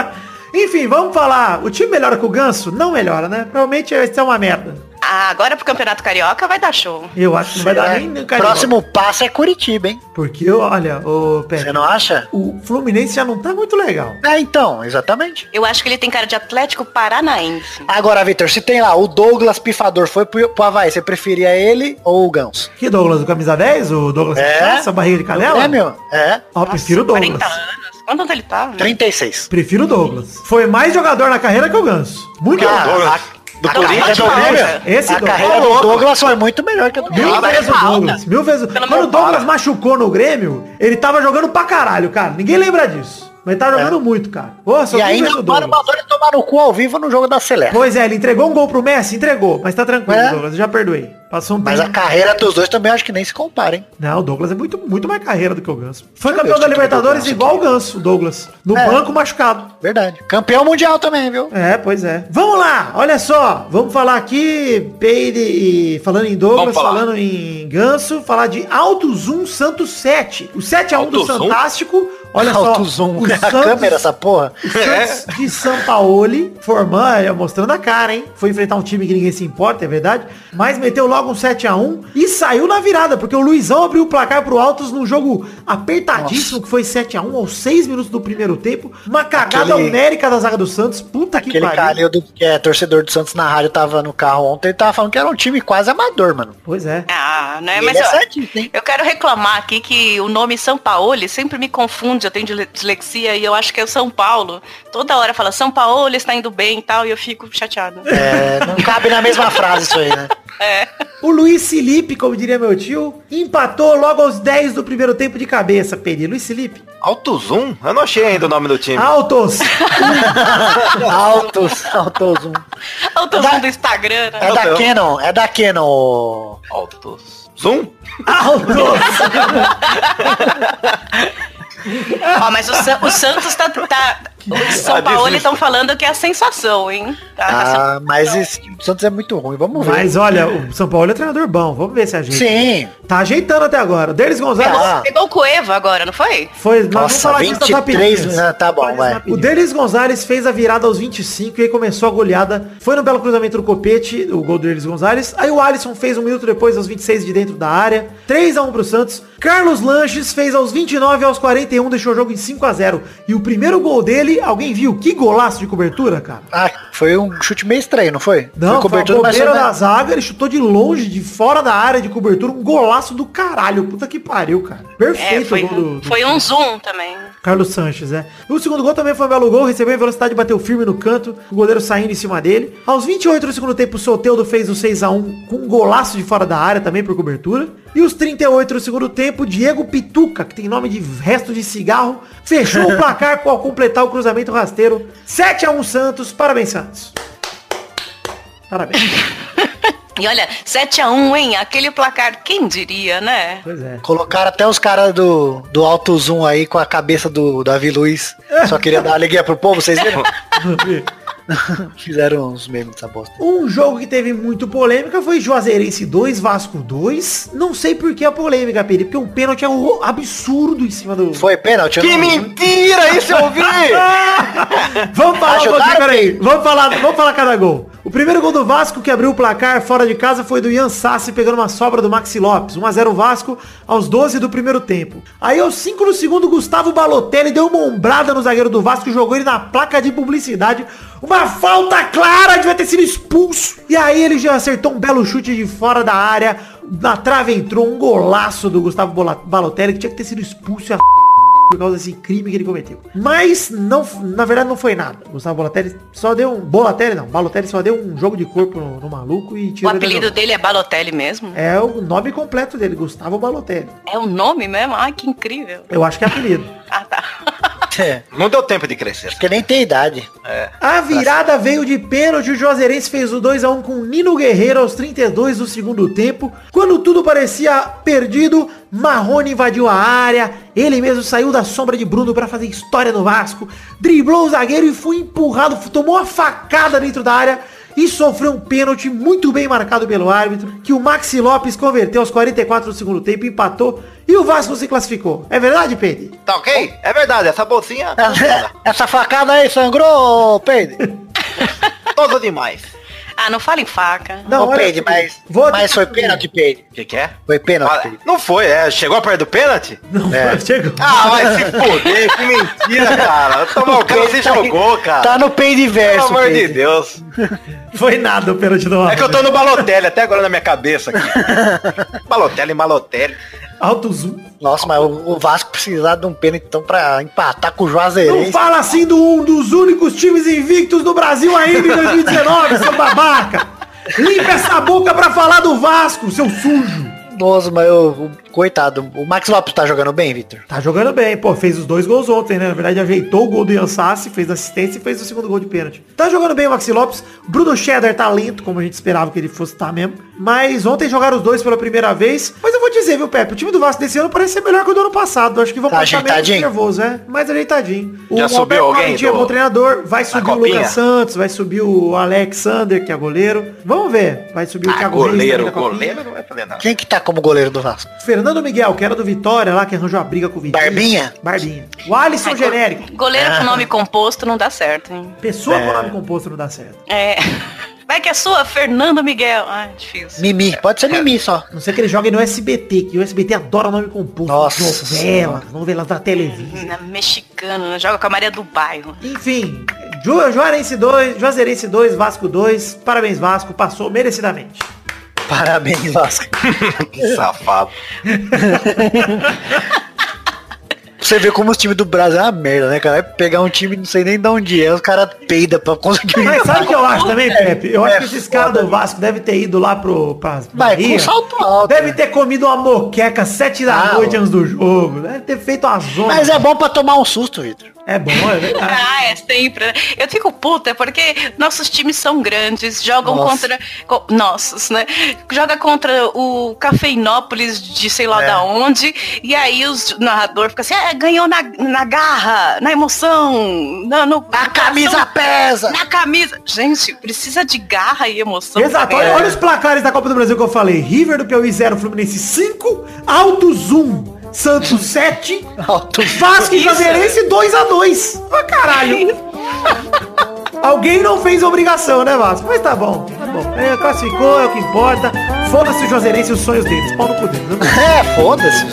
C: Enfim, vamos falar. O time melhora com o Ganso? Não melhora, né? Provavelmente isso é uma merda.
E: Ah, agora pro Campeonato Carioca vai dar show.
C: Eu acho que não vai dar
D: Será?
C: nem nem carinho.
D: É, Próximo passo é Curitiba, hein?
C: Porque, olha, o
D: Você
C: Pedro,
D: não acha?
C: o Fluminense já não tá muito legal.
D: É, então, exatamente.
E: Eu acho que ele tem cara de Atlético Paranaense.
D: Agora, Vitor, se tem lá o Douglas Pifador foi pro, pro Havaí, você preferia ele ou o Ganso?
C: Que Douglas, o camisa 10? O Douglas
D: É.
C: Cachaça, barriga de canela?
D: É, meu? É.
C: Ó, prefiro o Douglas.
E: 40 anos. Quanto ele tá?
D: 36.
C: Prefiro é o Douglas. Foi mais jogador na carreira que o Ganso. Muito
D: Ah,
C: jogador.
D: a- Do
E: A
D: Corinthians, é
E: carreira
D: do
E: de
D: Grêmio?
E: pausa.
C: Esse
D: A
C: Douglas-
D: carreira do Douglas foi muito melhor que a do
E: Meu
C: Mil
E: Ela
C: vezes o
E: falta.
C: Douglas. Mil vezes.
E: Pelo
C: Quando o
E: amor,
C: Douglas
E: para.
C: machucou no Grêmio, ele tava jogando pra caralho, cara. Ninguém lembra disso. Mas ele tava jogando muito, cara. Pô, só
D: É. E
C: mil
D: ainda
C: vezes o
D: agora
C: Douglas.
D: o Madonna tomar no cu ao vivo no jogo da Celeste.
C: Pois é, ele entregou um gol pro Messi? Entregou. Mas tá tranquilo,
D: É.
C: Douglas. Eu já perdoei. Passou um
D: Mas a
C: tempo.
D: carreira dos dois também acho que nem se compara, hein?
C: Não, o Douglas é muito, muito mais carreira do que o Ganso. Foi
D: Deixa eu
C: campeão
D: ver
C: da
D: o título do
C: Libertadores
D: Ganso
C: igual o Ganso, o Douglas. No
D: É.
C: banco machucado.
D: Verdade. Campeão mundial também, viu?
C: É, pois é. Vamos lá, olha só. Vamos falar aqui, Peide e falando em Douglas,
B: Vamos falar.
C: falando em Ganso, falar de Alto Zoom Santos 7. O 7 a 1 do
B: Alto Zoom?
C: Fantástico. Olha só.
D: Alto zoom.
C: O
D: né? A
C: Santos-
D: câmera, essa porra.
C: o Santos
D: É.
C: de São Paulo formando, mostrando a cara, hein? Foi enfrentar um time que ninguém se importa, é verdade. Mas meteu logo um 7x1 e saiu na virada, porque o Luizão abriu o placar pro Altos num jogo apertadíssimo, que foi 7x1 aos 6 minutos do primeiro tempo. Uma cagada
D: Aquele-
C: homérica da zaga do Santos. Puta que
D: Aquele
C: pariu.
D: cara do, que é torcedor do Santos na rádio tava no carro ontem, ele tava falando que era um time quase amador, mano.
C: Pois é.
E: Ah, né?
D: Ele
E: Mas
D: é
E: eu,
D: sadista, hein?
E: eu quero reclamar aqui que o nome São Paulo sempre me confunde. Eu tenho dile- dislexia e eu acho que é o São Paulo. Toda hora fala São Paulo está indo bem e tal, e eu fico chateada.
D: É, não cabe na mesma frase isso aí, né?
C: O Luiz Felipe, como diria meu tio, empatou logo aos 10 do primeiro tempo de cabeça, Peri. Luiz Felipe.
B: Alto Zoom? Eu não achei ainda o nome do
D: Ah.
B: time.
C: Altos.
D: Altos, altos. zoom.
E: Olha o
D: Vai.
E: zoom do Instagram, né?
D: É da
B: Não.
D: Canon, é da Canon. ô.
B: Alto Zoom?
C: Altos.
E: Ó, mas o, San- o Santos tá. tá o São Paulo
B: desisto.
E: estão falando que é a sensação, hein? Tá- tá sendo-
D: Ah, mas esse time do Santos é muito ruim, vamos ver.
C: Mas olha, o São Paulo é treinador bom. Vamos ver se a gente.
D: Sim.
C: Tá ajeitando até agora. O Denis Gonzalez
D: Tá.
E: Pegou o Cueva agora, não foi?
C: foi. nós vamos
D: Nossa,
C: falar disso nas
D: 23,
C: rapidinhas.
D: né? tá bom, vai.
C: O Denis Gonzalez fez a virada aos 25 e aí começou a goleada. Foi no belo cruzamento do Copete, o gol do Denis Gonzalez. Aí o Alisson fez um minuto depois, aos 26 de dentro da área. 3x1 pro Santos. Carlos Lanches fez aos 29 e aos 41, deixou o jogo em 5x0. E o primeiro gol dele, alguém viu? Que golaço de cobertura, cara.
D: Ah, foi um chute meio estranho, não foi?
C: Não,
D: foi
C: foi
D: cobertura,
C: a
D: mas foi
C: bobeira da
D: mais-
C: zaga, ele chutou de longe, de fora da área de cobertura, um golaço do caralho. Puta que pariu, cara.
E: É,
C: Perfeito
E: foi,
C: o gol do,
E: um-
C: do
E: foi um zoom também.
C: Carlos Sanches, é. O segundo gol também foi um belo gol, recebeu em velocidade, bateu firme no canto, o goleiro saindo em cima dele. Aos 28 do segundo tempo, o Soteldo fez o 6x1 com um golaço de fora da área também por cobertura. E os 38 do segundo tempo, Diego Pituca, que tem nome de resto de cigarro, fechou o placar ao completar o cruzamento rasteiro. 7x1 Santos, parabéns Santos. Parabéns.
E: E olha, 7x1, hein? Aquele placar, quem diria, né?
C: Pois é.
D: Colocaram até os caras do, do Alto Zoom aí com a cabeça do Davi Luiz. Só queria dar alegria pro povo, vocês viram? Fizeram uns memes dessa bosta.
C: Um jogo que teve muito polêmica foi Juazeirense 2, Vasco 2. Não sei por que a polêmica, Peri, porque um pênalti é um absurdo em cima do...
D: Foi pênalti?
B: Que mentira, isso eu vi!
C: Vamos falar um
D: Ajudaram,
C: pouquinho, peraí.
D: Peri?
C: Vamos falar, vamos falar cada gol. O primeiro gol do Vasco que abriu o placar fora de casa foi do Ian Sassi pegando uma sobra do Maxi Lopes. 1x0 Vasco aos 12 do primeiro tempo. Aí aos 5 do segundo, Gustavo Balotelli deu uma ombrada no zagueiro do Vasco, jogou ele na placa de publicidade. Uma falta clara, devia ter sido expulso. E aí ele já acertou um belo chute de fora da área. Na trave entrou um golaço do Gustavo Bola- Balotelli que tinha que ter sido expulso e a por causa desse crime que ele cometeu. Mas não, na verdade não foi nada. O Gustavo Bolatelli só deu um Bolatelli não, Balotelli só deu um jogo de corpo no, no maluco e
E: O
C: tirou ele da
E: apelido
C: jogada.
E: dele é Balotelli mesmo?
C: É o nome completo dele, Gustavo Balotelli.
E: É o nome mesmo? Ai, que incrível.
C: Eu acho que é apelido.
E: Ah, tá.
D: É,
B: Não deu tempo de crescer.
D: porque nem tem idade.
C: A virada veio de pênalti, o Juazeirense fez o 2x1 com o Nino Guerreiro aos 32 do segundo tempo. Quando tudo parecia perdido, Marrone invadiu a área, ele mesmo saiu da sombra de Bruno pra fazer história no Vasco, driblou o zagueiro e foi empurrado, tomou uma facada dentro da área e sofreu um pênalti muito bem marcado pelo árbitro, que o Maxi Lopes converteu aos 44 do segundo tempo, empatou e o Vasco se classificou. É verdade, Pedro?
B: Tá ok? É verdade, essa bolsinha
D: Essa facada aí sangrou, Peide.
B: toda demais.
E: Ah, não fala em faca.
D: Não,
C: olha-
D: Peide, mas,
C: Vou-
D: mas foi pênalti, Peide.
B: O que, que é?
D: Foi pênalti,
B: Ah,
D: Peide.
B: não foi, é. Chegou perto do pênalti?
C: Não,
D: É.
C: chegou.
B: Ah, vai se foder, que mentira, cara. Tomou o cara se jogou, cara.
D: Tá no Peide
B: Pelo
D: verso,
B: amor de
D: Peide.
B: Deus.
C: Foi nada
D: É
C: o pênalti do
B: É que eu tô no Balotelli até agora na minha cabeça aqui. Balotelli, Malotelli.
C: Alto zoom.
D: Nossa, mas o o Vasco precisava de um pênalti então pra empatar com o
C: Não
D: Juazeirense.
C: fala assim do um dos únicos times invictos do Brasil ainda em 2019, seu babaca. Limpa essa boca pra falar do Vasco, seu sujo.
D: Nossa, mas eu, o- coitado, o Max Lopes tá jogando bem, Vitor?
C: Tá jogando bem, pô, fez os dois gols ontem, né? Na verdade, ajeitou o gol do Yansassi, fez assistência e fez o segundo gol de pênalti. Tá jogando bem o Maxi Lopes. Bruno Cheddar tá lento, como a gente esperava que ele fosse estar mesmo. Mas ontem jogaram os dois pela primeira vez. Mas eu vou dizer, viu, Pepe? O time do Vasco desse ano parece ser melhor que o do ano passado. Acho que vão
D: Tá ajeitadinho?
C: nervoso, é? Mais ajeitadinho. O
B: Já subiu
C: Alberto
B: alguém
C: Valentim é
B: do-
C: bom treinador. Vai subir o
B: Copinha?
C: Lucas Santos, vai subir o Alexander, que é goleiro. Vamos ver. Vai subir o
B: Ah,
C: Thiago Reis também
B: goleiro,
C: da Copinha.
B: goleiro não vai fazer nada.
D: tá Quem que tá como goleiro do Vasco?
C: Fernando Miguel, que era do Vitória lá, que arranjou a briga com o Vitinho.
D: Barbinha?
C: Barbinha. O Alisson
E: Ai, go-
C: genérico.
E: Goleiro
D: Ah.
E: com nome composto não dá certo, hein?
C: Pessoa
D: É.
C: com nome composto não dá certo.
E: É. Vai que é sua, Fernando Miguel. Ai, difícil.
D: Mimi, pode ser Mimi só.
C: A Não sei que ele joga no SBT, que o SBT adora nome composto.
D: Nossa
C: Novelas, novelas da televisão.
E: Na mexicano, né? joga com a Maria do Bairro.
C: Enfim, Ju- Juarense 2, Juazeirense 2, Vasco 2. Parabéns, Vasco. Passou merecidamente.
D: Parabéns, Vasco.
B: Que safado.
D: Você vê como os times do Brasil é uma merda, né, cara? Vai pegar um time, não sei nem de onde é, os caras peidam pra conseguir.
C: Mas sabe o que eu acho também, Pepe? Eu acho
D: é
C: que esses caras do Vasco devem ter ido lá pro, pra
D: Vai, com
C: Bahia.
D: salto alto.
C: Deve ter comido uma moqueca sete da
D: Ah,
C: noite
D: ó.
C: antes do jogo. Deve ter feito uma zona.
D: Mas é bom pra tomar um susto, Vitor.
C: É bom, é verdade.
E: Ah, é sempre. né? Eu fico puta porque nossos times são grandes, jogam
D: Nossa.
E: contra. co- nossos, né? Joga contra o Cafeinópolis de sei lá
D: É.
E: da onde. E aí os narrador fica assim, "Ah, ganhou na, na garra, na emoção, na, no,
D: A camisa pesa!
E: Na camisa. Gente, precisa de garra e emoção. né? pra
C: Exato,
E: ganhar.
C: olha, olha os placares da Copa do Brasil que eu falei. River do Piauí 0, Fluminense 5, Alto Zoom, Santos 7,
D: Alto.
C: Vasco e
E: Isso.
C: Juazeirense 2x2. Pra caralho. Alguém não fez a obrigação, né, Vasco? Mas tá bom, tá bom. É, classificou, é o que importa. Foda-se o Juazeirense e os sonhos deles. Pau no cu deles. né?
D: É, foda-se.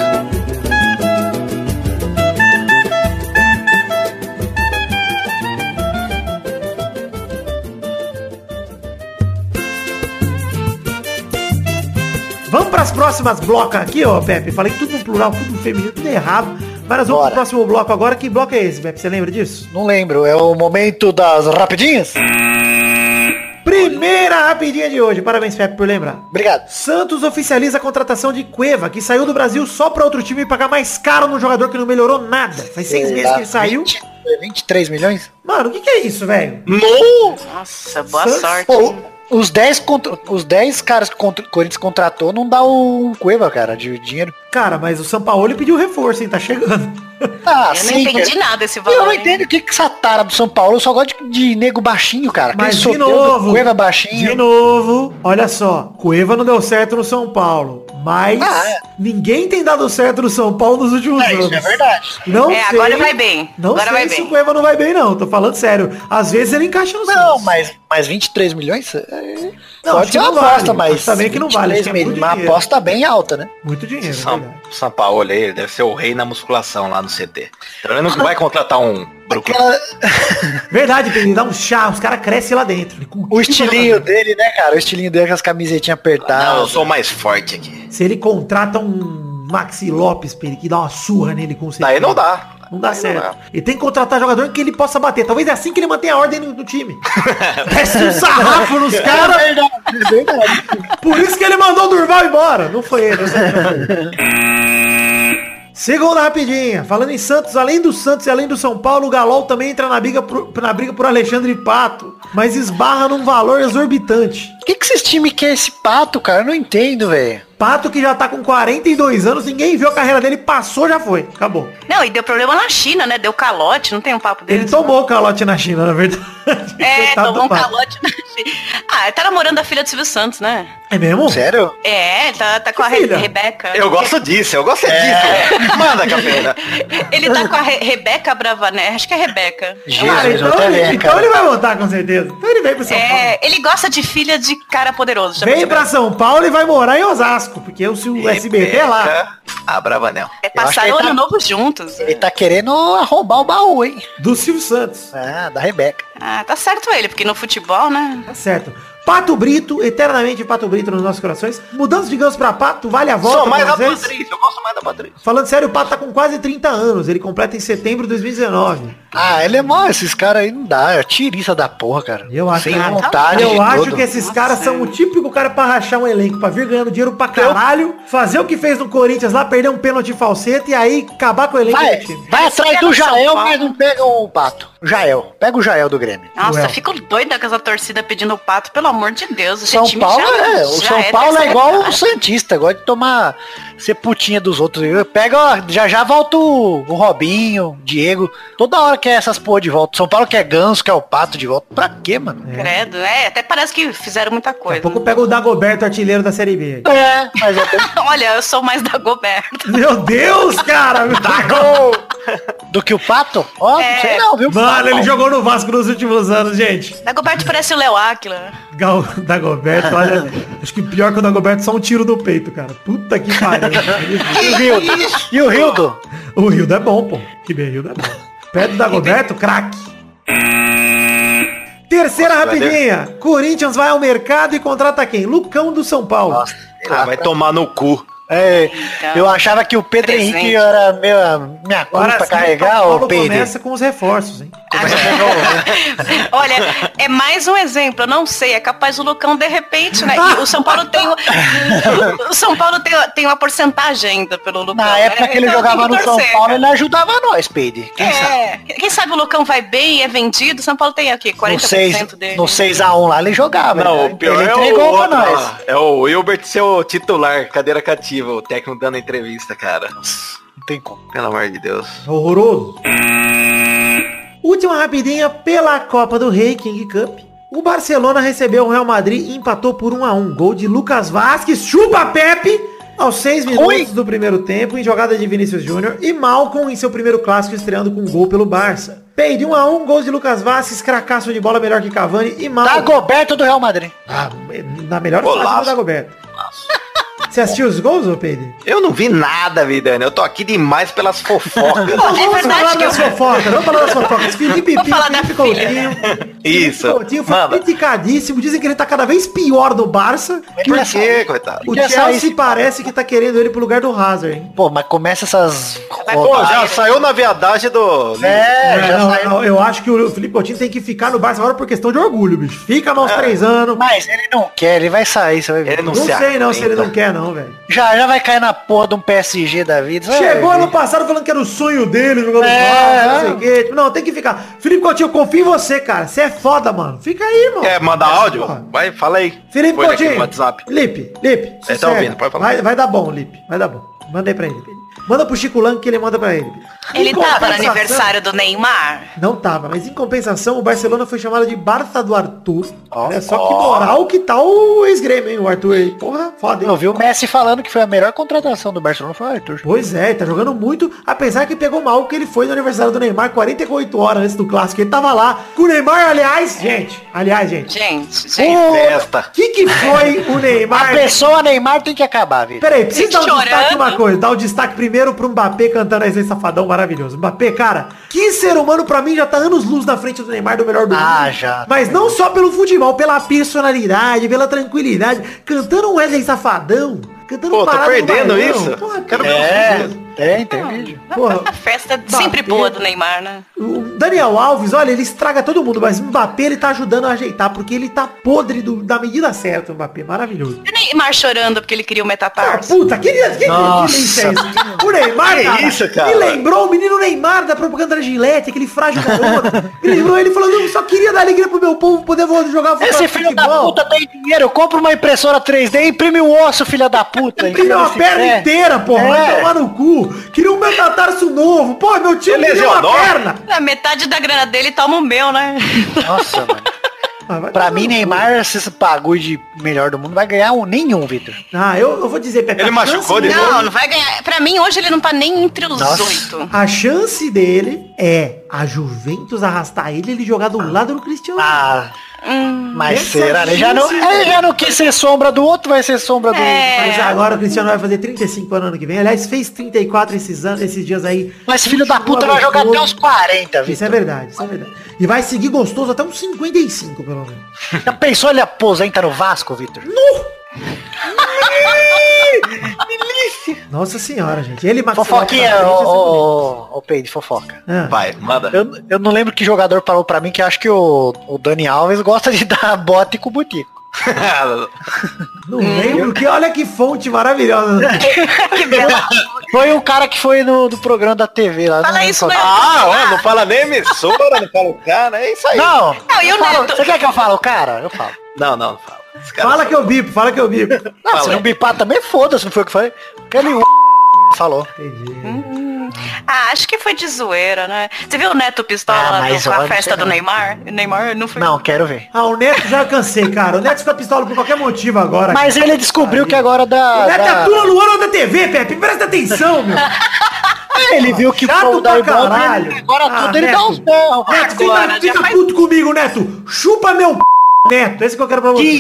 C: Vamos pras próximas blocas aqui, ó, Pepe. Falei tudo no plural, tudo no feminino, tudo errado. Mas nós vamos
D: Bora.
C: pro próximo bloco agora. Que bloco é esse, Pepe? Você lembra disso?
D: Não lembro, é o momento das rapidinhas?
C: Primeira rapidinha de hoje. Parabéns, Pepe, por lembrar.
D: Obrigado.
C: Santos oficializa a contratação de Cueva, que saiu do Brasil só pra outro time pagar mais caro num jogador que não melhorou nada. Faz seis meses que ele saiu.
D: 20, 23 milhões?
C: Mano, o que, que é isso, velho?
E: Nossa, boa
C: Santos-
E: sorte.
D: Pô, os 10, contra- os 10 caras que o contra- Corinthians contratou não dá um Cueva, cara, de dinheiro.
C: Cara, mas o Sampaoli pediu reforço, hein? Tá chegando.
D: Ah,
E: Eu não
C: assim,
E: entendi
D: cara.
E: nada esse
D: Eu
E: valor.
D: não
E: hein?
D: entendo o que que essa tara do São Paulo só gosta de, de nego baixinho, cara.
C: Mas
D: Aquele
C: de
D: sorteio do
C: novo.
D: Cueva
C: De
D: baixinho.
C: novo, olha só. Cueva não deu certo no São Paulo. Mas
D: Ah, é.
C: ninguém tem dado certo no São Paulo nos últimos
D: É,
C: anos.
D: isso é verdade.
C: Não
E: É,
C: sei-
E: agora vai bem.
C: Não
E: agora
C: sei
E: vai
C: se o
E: bem.
C: Cueva não vai bem, não. Tô falando sério. Às vezes ele encaixa no
D: Não,
C: Santos.
D: mas, mas 23 milhões? é,
C: Não, acho
D: pode ser
C: que
D: uma
C: não vale.
D: aposta, mas.
C: Acho também que não vale, acho que é
D: milhões,
C: muito
D: uma
C: dinheiro.
D: aposta bem alta, né?
C: Muito dinheiro, é
B: São,
C: verdade.
B: São Paulo aí, ele deve ser o rei na musculação lá no CT. Então ele não vai contratar um Brucutu.
D: Aquela-
C: Verdade, tem que dar um chá. Os caras crescem lá dentro. Ele cultiva
D: o estilinho dele, né, cara? O estilinho dele com as camisetinhas
B: Não, eu
D: apertadas.
B: sou mais forte aqui.
C: Se ele contrata um Maxi Lopes pra ele que dá uma surra nele com certeza.
B: Daí não dá.
C: Não dá
B: Daí
C: certo.
B: dá.
C: Ele tem que contratar jogador que ele possa bater. Talvez é assim que ele mantenha a ordem no, no time. Desce um sarrafo nos caras.
D: É verdade.
C: Por isso que ele mandou o Durval embora. Não foi ele. não sei quem foi. Segunda rapidinha. Falando em Santos, além do Santos e além do São Paulo, o Galol também entra na briga por, na briga por Alexandre Pato, mas esbarra num valor exorbitante.
D: Por que, que esses times querem esse pato, cara? Eu não entendo, velho.
C: Pato que já tá com 42 anos, ninguém viu a carreira dele, passou, já foi. Acabou.
E: Não, e deu problema na China, né? Deu calote, não tem um papo dele.
C: Ele tomou o calote na China, na verdade.
E: É,
C: Coitado
E: tomou
C: do
E: um
C: Pato.
E: calote na China. Ah, ele tá namorando a filha do Silvio Santos, né?
C: É mesmo?
D: Sério?
E: É, ele tá, tá com a Re-
C: filha?
E: Rebeca.
B: Eu gosto disso, eu gosto é disso. Manda, Capena.
E: Ele tá com a Re- Rebeca Bravané, acho que é Rebeca.
C: Cara,
B: é
D: Jesus, eu
C: então,
D: até
C: ele,
D: ver,
C: então
D: cara.
C: ele vai voltar com certeza. Então ele vem pro São Paulo.
E: É, ele gosta de filha de cara poderoso. já
C: Vem
E: percebeu?
C: pra São Paulo e vai morar em Osasco, porque o, se o SBT é lá.
B: Ah, Bravanel.
E: É,
D: Eu
E: passaram o
D: acho que
E: ano
D: ele tá
E: novo juntos.
D: Ele tá querendo arrombar o baú, hein?
C: Do Silvio Santos.
D: Ah, da Rebeca.
E: Ah, tá certo ele, porque no futebol, né?
C: Tá certo. Pato Brito, eternamente Pato Brito nos nossos corações. Mudança de ganso pra Pato, vale a volta
B: Só mais
C: pra
B: a
C: vocês?
B: Patrícia, eu gosto mais da Patrícia.
C: Falando sério, o Pato tá com quase 30 anos. Ele completa em setembro de 2019.
D: Ah, ele é mal, esses caras aí não dá. É tirista da porra, cara.
C: Eu acho,
D: Sem
C: cara.
D: vontade. de
C: Eu acho
D: todo.
C: que é esses
E: Nossa,
C: caras são o típico cara pra rachar um elenco, pra vir ganhando dinheiro pra caralho, fazer o que fez no Corinthians lá, perder um pênalti falseta e aí acabar com o elenco
D: Vai,
C: do time.
D: vai
E: Esse
D: atrás
E: é
D: do
E: do São
D: Jael,
E: Paulo.
D: mas não pega o pato. Jael. Pega o Jael do Grêmio.
E: Nossa,
C: Ué.
E: eu fico doida com essa torcida pedindo o pato, pelo amor de Deus. Esse
D: São
E: time
D: Paulo
E: já-
D: é, o
E: já
D: São Paulo é
E: dessa
D: igual o
E: época. né?
D: Santista, gosta de tomar ser putinha dos outros. Eu pego, ó, já já volta o, o Robinho, o Diego, toda hora quer essas porra de volta. São Paulo quer ganso, quer o pato de volta. Pra quê, mano?
E: Credo, é, até parece que fizeram muita
C: Daqui a
E: coisa.
C: pouco pega o Dagoberto, artilheiro da Série B.
D: É, mas eu tenho
E: Olha, eu sou mais da Goberto.
C: Meu Deus, cara!
D: do que o pato? Ó, não
E: É.
D: sei não, viu?
C: Mano, ele jogou no Vasco nos últimos anos, gente.
E: Da Goberto parece o Léo Áquila.
C: Gal Dagoberto, olha. Acho que pior que o Dagoberto, só um tiro no peito, cara. Puta que pariu.
D: E o Rildo? E o Rildo?
C: o Rildo é bom, pô. Que bem, Rildo é bom. Perto do Dagoberto, craque. Terceira
B: Nossa,
C: rapidinha. Corinthians vai ao mercado e contrata quem? Lucão do São Paulo.
B: Ah, vai tomar no cu.
D: É, eu achava que o Pedro
E: Presente.
D: Henrique era minha, minha
C: Agora
D: culpa pra
B: tá
C: sim,
D: carregar,
C: São
D: ô
C: Paulo
D: Pedro.
C: começa com os reforços, hein?
E: Olha, é mais um exemplo, eu não sei, é capaz o Lucão de repente, né? E o São Paulo tem o, o São Paulo tem, tem uma porcentagem ainda pelo Lucão.
D: Na
E: né?
D: época que ele
E: Então,
D: jogava
E: tem que
D: no São
E: torcer,
D: Paulo,
E: cara.
D: ele ajudava nós, Pedro. Quem sabe?
E: É, quem sabe o Lucão vai bem, é vendido, São Paulo tem aqui, 40%
D: no 6,
E: dele.
D: no 6x1 lá ele jogava. né?
B: Não,
D: ele,
B: o pior
D: ele
B: é o,
D: entregou pra
B: outro
D: nós.
B: lá. é o Hilbert seu titular, cadeira cativa, o técnico dando entrevista, cara.
D: Não tem como.
B: Pelo amor de Deus.
C: Horroroso. Última rapidinha pela Copa do Rei, King Cup. O Barcelona recebeu o Real Madrid e empatou por 1 a 1 Gol de Lucas Vasquez, chupa Pepe, aos 6 minutos
D: Ui.
C: do primeiro tempo, em jogada de Vinícius Júnior. E Malcom em seu primeiro clássico, estreando com um gol pelo Barça. Peide 1 a 1 gols de Lucas Vasquez, cracaço de bola melhor que Cavani e
E: Tá
C: Malcom.
D: Dagoberto do Real Madrid.
C: Ah, na melhor
B: Golaço.
C: fase do Dagoberto. Você assistiu os gols, ô Peide?
B: Eu não vi nada, Vidani. Eu tô aqui demais pelas fofocas.
E: É verdade
C: falar
E: que
C: das
E: eu-
C: fofocas, vamos falar das fofocas. Felipe
E: Vamos
C: Pinto,
E: falar da
C: Felipe
E: filha.
C: Coutinho. Felipe
B: Isso.
C: Coutinho foi
B: Mano,
C: criticadíssimo. Dizem que ele tá cada vez pior no Barça.
D: É
B: por que, coitado?
C: O
D: Queria
C: Chelsea
D: sair.
C: parece que tá querendo ele pro lugar do Hazard, hein?
D: Pô, mas começa essas...
E: Vai
D: rodas.
E: pô,
B: já saiu na viadagem do...
D: É, já
C: não,
D: saiu.
C: não, eu acho que o Felipe Coutinho tem que ficar no Barça agora por questão de orgulho, bicho. Fica mais uns três anos.
D: Mas ele não quer, ele vai sair, você vai ver.
B: Ele É, não,
C: Não
B: se
C: sei não se ele
B: atenta.
C: não quer não, velho.
D: Já, já vai cair na porra de um PSG da vida. você
C: Chegou
D: vai ver.
C: ano passado falando que era o sonho dele jogando
D: É,
C: Barça, não sei
D: é.
C: o quê. Tipo, Não, tem que ficar. Felipe Coutinho, eu confio em você, cara. Você é foda, mano. Fica aí, mano.
B: Quer mandar áudio?
C: Porra.
B: Vai, fala aí.
C: Felipe
B: Põe aqui
C: Coutinho.
B: no WhatsApp.
C: Lipe, Lipe.
B: tá
C: sossega.
B: ouvindo, pode falar.
C: Vai, vai dar bom, Lipe. Vai dar bom. Manda aí pra ele. Manda pro Chico Lang que ele manda pra ele.
E: Ele
C: Em
E: tava no
C: compensação-
E: aniversário do Neymar.
C: Não tava, mas em compensação o Barcelona foi chamado de Barça do Arthur.
D: Ó,
C: Olha só
D: ó.
C: que moral que tá o ex-grêmio, hein? O Arthur aí. Porra, foda,
D: Eu
C: hein?
D: vi o Messi falando que foi a melhor contratação do Barcelona, foi o Arthur.
C: Pois é, tá jogando muito, apesar que pegou mal que ele foi no aniversário do Neymar 48 horas antes do clássico. Ele tava lá com o Neymar, aliás, gente, aliás, gente.
E: Gente, gente.
D: O-
B: Festa.
C: O que que foi o
D: a
C: Neymar?
D: pessoa Neymar tem que acabar, velho.
C: Peraí, precisa dar um
E: Chorando.
C: destaque uma coisa. Dar o destaque primeiro pro Mbappé cantando esse safadão maravilhoso. Mbappé, cara, que ser humano pra mim já tá anos luz na frente do Neymar do melhor do mundo.
D: Ah, já.
C: Mas não só pelo futebol, pela personalidade, pela tranquilidade. Cantando um Wesley safadão. Cantando
B: Pô, tô
C: parado no
B: perdendo
C: Barão.
B: isso.
C: Porra,
B: Quero
C: cara.
D: É, tem,
C: Ah.
D: tem vídeo.
C: Porra.
E: A festa é sempre
C: Mbappé.
E: boa do Neymar, né?
C: O Daniel Alves, olha, ele estraga todo mundo, mas o Mbappé ele tá ajudando a ajeitar, porque ele tá podre do- da medida certa, o Mbappé. Maravilhoso.
E: E o É Neymar chorando porque ele queria o
C: Ah,
E: metatarso.
C: puta, que, que, que
D: Nossa.
C: delícia é isso? O Neymar,
B: Que
C: cara,
B: isso, cara?
C: me lembrou o menino Neymar da propaganda da Gillette, aquele frágil garoto. Me lembrou ele falando, eu só queria dar alegria pro meu povo poder vo- jogar futebol.
D: Esse filho da puta tem dinheiro, compra uma impressora 3D e imprime um osso, filha da puta.
C: Queria uma
D: Esse
C: perna
D: pé.
C: inteira, porra, vai
D: É.
C: tomar no cu. Queria um metatarso novo. Pô, meu time
B: Ele
C: queria uma
B: lesionou?
C: perna.
E: A É, metade da grana dele toma o meu, né?
D: Nossa, mano.
C: Ah, vai
D: Pra
C: tomar
D: mim,
C: no cu.
D: Neymar, esse bagulho de melhor do mundo, vai ganhar um, nenhum, Vitor.
C: Ah, eu, eu vou dizer, Pepe.
B: Ele
C: a
B: machucou
C: chance
B: de
C: dele-
E: Não, não vai ganhar. Pra mim, hoje ele não tá nem entre os
D: Nossa.
E: oito.
C: A chance dele é a Juventus arrastar ele e ele jogar do lado do Cristiano.
D: Ah, Mas
C: Essa
D: será? Ele já, não,
C: gente- né?
D: ele já não quis ser sombra do outro, vai ser sombra do
E: É.
C: Mas agora o Cristiano vai fazer 35 anos ano que vem. Aliás, fez 34 esses, anos, esses dias aí.
D: Mas filho da puta vai jogar até uns 40,
C: Isso é
D: Vitor.
C: verdade, isso é verdade. E vai seguir gostoso até uns 55, pelo menos.
D: Já pensou ele aposenta no Vasco, Vitor?
C: Nossa senhora, gente. Ele Max
D: Fofoquinha,
C: Lopes,
D: ô,
C: assim,
D: ô, ô, ô, Peide, fofoca.
C: Ah.
B: Vai, manda.
D: Eu, eu não lembro que jogador falou pra mim que acho que o, o Dani Alves gosta de dar bota e cubutico.
C: assim, Não
D: Hum.
C: lembro que. Olha que fonte maravilhosa.
E: Que bela.
D: Foi o cara que foi no do programa da TV lá.
E: Fala
D: não
E: isso, né?
D: lembro qual-
B: ah, ó, não fala nem emissora, não fala o cara, é isso aí.
D: Não,
E: Não, e
D: eu
E: o
D: falo,
E: Neto?
D: você quer que eu fale o cara? Eu falo.
B: Não, não, não fala. Esse cara
C: Fala que eu bipo, fala que eu bipo.
D: Não,
B: Fala
D: se
B: aí.
D: não bipar também, foda-se, não foi o que eu falei. Aquele falou.
E: Ah, acho que foi de zoeira, né? Você viu o Neto
D: Ah,
E: Pistola
D: mas
E: do- com a
D: olha,
E: festa
D: sei não.
E: do Neymar? O Neymar não foi.
D: Não, quero ver.
C: Ah, o Neto já cansei, cara. O Neto fica pistola por qualquer motivo agora.
D: Mas ele descobriu que agora
C: O
D: da.
C: Neto é
D: da-
C: atua no ano da TV, Pepe. Presta atenção, meu.
D: Ele viu que o
C: Chato
D: povo
C: pra
D: dá ibope,
C: caralho.
D: ele- agora
C: Ah,
D: tudo ele
C: Neto.
D: dá uns berros. né?
C: Neto,
E: Agora,
C: fica, fica
E: já faz-
C: puto comigo, Neto. Chupa meu p... Neto. Esse que eu quero pra você.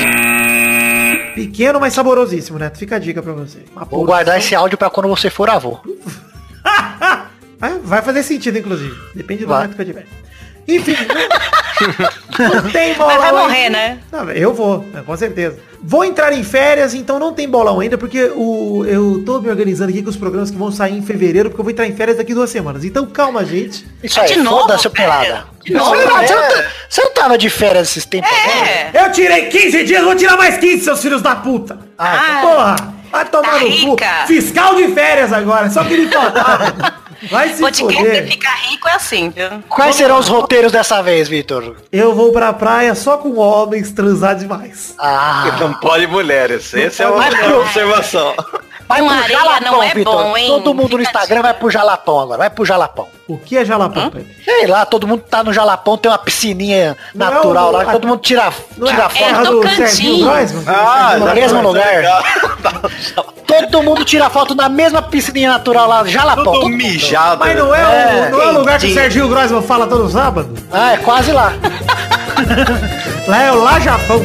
C: Pequeno, mas saborosíssimo, Neto. Fica a dica pra você. Uma
D: Vou
C: porção.
D: guardar esse áudio pra quando você for avô.
C: Ah, Vai fazer sentido, inclusive. Depende do
D: Vai.
C: Neto que eu tiver. Enfim, não, não tem bolão.
E: Mas vai
C: ainda.
E: morrer, né?
C: Não, eu vou, né, com certeza. Vou entrar em férias, então não tem bolão ainda, porque o, eu tô me organizando aqui com os programas que vão sair em fevereiro, porque eu vou entrar em férias daqui duas semanas. Então calma, gente.
D: Isso aí,
E: É De novo,
D: foda-se o
E: cara?
D: pelada.
E: De novo,
D: Você não-
E: é.
D: você, não tá- você não tava de férias esses tempos agora?
E: É.
C: Eu tirei 15 dias, vou tirar mais 15, seus filhos da puta.
E: Ah.
C: então, Porra, vai tomar
E: Tá
C: no cu.
E: rica.
C: Fiscal de férias agora, só que me faltava. Vai se
E: Podcast
C: foder.
E: ficar rico é assim, viu?
D: Quais serão os roteiros dessa vez, Vitor?
C: Eu vou pra praia só com homens transar demais.
D: Ah,
B: Não pode mulheres. Esse é uma
D: pode mulher.
B: observação.
D: vai
E: Com
D: pro
E: areia
D: Jalapão,
E: não é
D: Vitor.
E: bom, hein?
D: Todo mundo no
E: Fica a
D: Instagram vai pro Jalapão agora, vai pro Jalapão.
C: O que é jalapão, Pepe?
D: Sei lá, todo mundo tá no Jalapão, tem uma piscininha
C: Não é
D: natural
C: o-
D: lá, que
C: a-
D: todo mundo tira,
C: Não
D: tira
C: a
D: foto.
E: É
C: do
E: Tocantins.
C: Serginho Grossman?
B: Ah,
D: No
B: já
D: mesmo
B: foi,
D: lugar.
B: legal.
D: Todo mundo tira foto na mesma piscininha natural lá, Jalapão.
B: Tudo
D: todo mundo.
B: mijado.
C: Mas não é, o,
D: É,
C: não é o lugar que o
B: entendi.
C: Serginho Grossman fala todo sábado?
D: Ah, é quase lá.
C: Lá é o Lá Japão.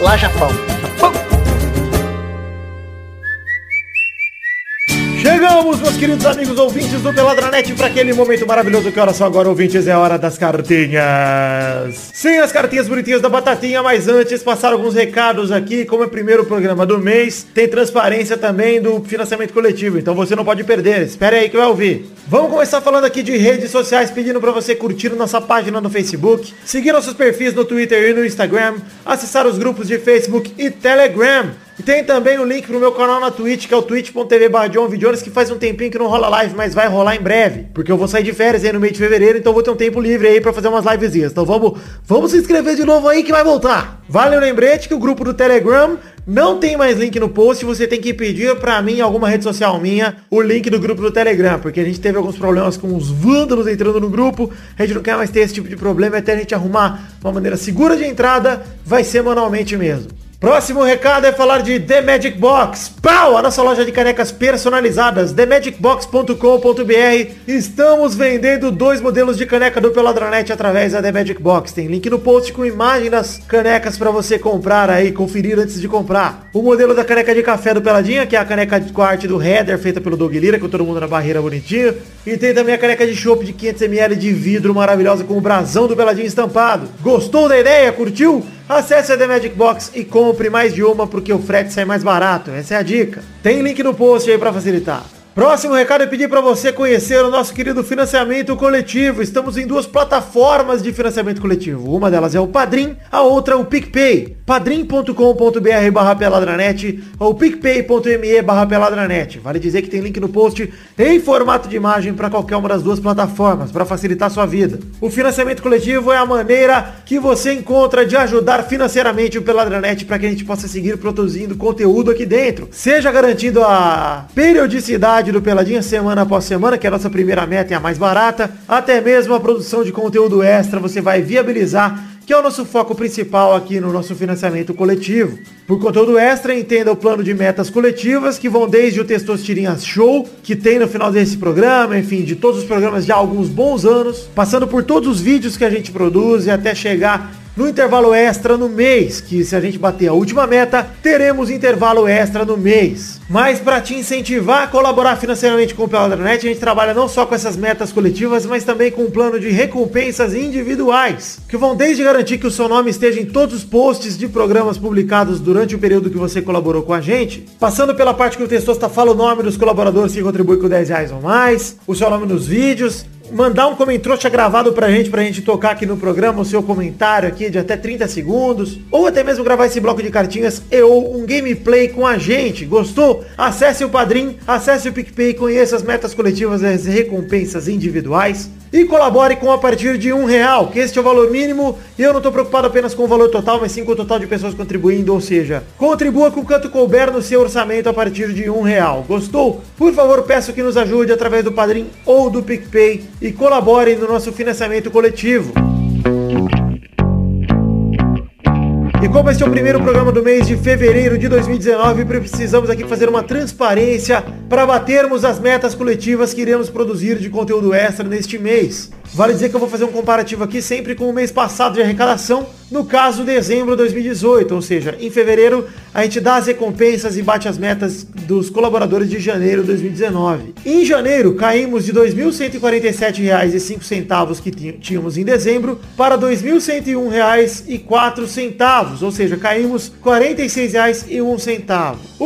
D: Lá, Japão.
C: Chegamos, meus queridos amigos ouvintes do Peladranet, para aquele momento maravilhoso que olha só agora, ouvintes, é a hora das cartinhas. Sim, as cartinhas bonitinhas da Batatinha, mas antes passar alguns recados aqui, como é o primeiro programa do mês, tem transparência também do financiamento coletivo, então você não pode perder, espere aí que vai ouvir. Vamos começar falando aqui de redes sociais, pedindo para você curtir nossa página no Facebook, seguir nossos perfis no Twitter e no Instagram, acessar os grupos de Facebook e Telegram. E tem também o link pro meu canal na Twitch, que é o twitch.tv que faz um tempinho que não rola live, mas vai rolar em breve. Porque eu vou sair de férias aí no meio de fevereiro, então eu vou ter um tempo livre aí pra fazer umas livezinhas. Então vamos, vamos se inscrever de novo aí que vai voltar. Vale o lembrete que o grupo do Telegram não tem mais link no post, você tem que pedir pra mim, em alguma rede social minha, o link do grupo do Telegram, porque a gente teve alguns problemas com os vândalos entrando no grupo, a gente não quer mais ter esse tipo de problema, até a gente arrumar uma maneira segura de entrada, vai ser manualmente mesmo. Próximo recado é falar de The Magic Box. Pau! A nossa loja de canecas personalizadas, themagicbox.com.br. Estamos vendendo dois modelos de caneca do Peladranet através da The Magic Box. Tem link no post com imagem das canecas para você comprar aí, conferir antes de comprar. O modelo da caneca de café do Peladinha, que é a caneca de- com a arte do header feita pelo Doug Lira, com todo mundo na barreira bonitinho. E tem também a caneca de chopp de 500ml de vidro maravilhosa com o brasão do Peladinha estampado. Gostou da ideia? Curtiu? Acesse a The Magic Box e compre mais de uma porque o frete sai mais barato. Essa é a dica. Tem link no post aí para facilitar. Próximo recado é pedir para você conhecer o nosso querido financiamento coletivo. Estamos em duas plataformas de financiamento coletivo. Uma delas é o Padrim, a outra é o PicPay. padrim.com.br barra peladranet ou picpay.me barra peladranet. Vale dizer que tem link no post em formato de imagem para qualquer uma das duas plataformas, para facilitar sua vida. O financiamento coletivo é a maneira que você encontra de ajudar financeiramente o Peladranet para que a gente possa seguir produzindo conteúdo aqui dentro. Seja garantido a periodicidade do Peladinha semana após semana, que é a nossa primeira meta e a mais barata, até mesmo a produção de conteúdo extra você vai viabilizar que é o nosso foco principal aqui no nosso financiamento coletivo. Por conteúdo extra, entenda o plano de metas coletivas, que vão desde o Testosterinhas Show, que tem no final desse programa, enfim, de todos os programas já há alguns bons anos, passando por todos os vídeos que a gente produz e até chegar no intervalo extra no mês, que se a gente bater a última meta, teremos intervalo extra no mês. Mas para te incentivar a colaborar financeiramente com o Peladranet, a gente trabalha não só com essas metas coletivas, mas também com um plano de recompensas individuais, que vão desde garantir que o seu nome esteja em todos os posts de programas publicados durante o período que você colaborou com a gente, passando pela parte que o Testosta fala o nome dos colaboradores que contribuem com 10 reais ou mais, o seu nome nos vídeos, mandar um comentrouxa gravado pra gente, pra gente tocar aqui no programa o seu comentário aqui de até 30 segundos, ou até mesmo gravar esse bloco de cartinhas e ou um gameplay com a gente. Gostou? Acesse o Padrim, acesse o PicPay, conheça as metas coletivas e as recompensas individuais e colabore com a partir de um real, que este é o valor mínimo e eu não tô preocupado apenas com o valor total, mas sim com o total de pessoas contribuindo, ou seja, contribua com o quanto couber no seu orçamento a partir de um real. Gostou? Por favor, peço que nos ajude através do Padrim ou do PicPay e colaborem no nosso financiamento coletivo. E como esse é o primeiro programa do mês de fevereiro de 2019, precisamos aqui fazer uma transparência para batermos as metas coletivas que iremos produzir de conteúdo extra neste mês. Vale dizer que eu vou fazer um comparativo aqui sempre com o mês passado de arrecadação, no caso dezembro de 2018, ou seja, em fevereiro a gente dá as recompensas e bate as metas dos colaboradores de janeiro de 2019. Em janeiro caímos de R$ 2.147,05 que tin- tínhamos em dezembro para R$ 2.101,04 centavos, ou seja, caímos R$ 46,01.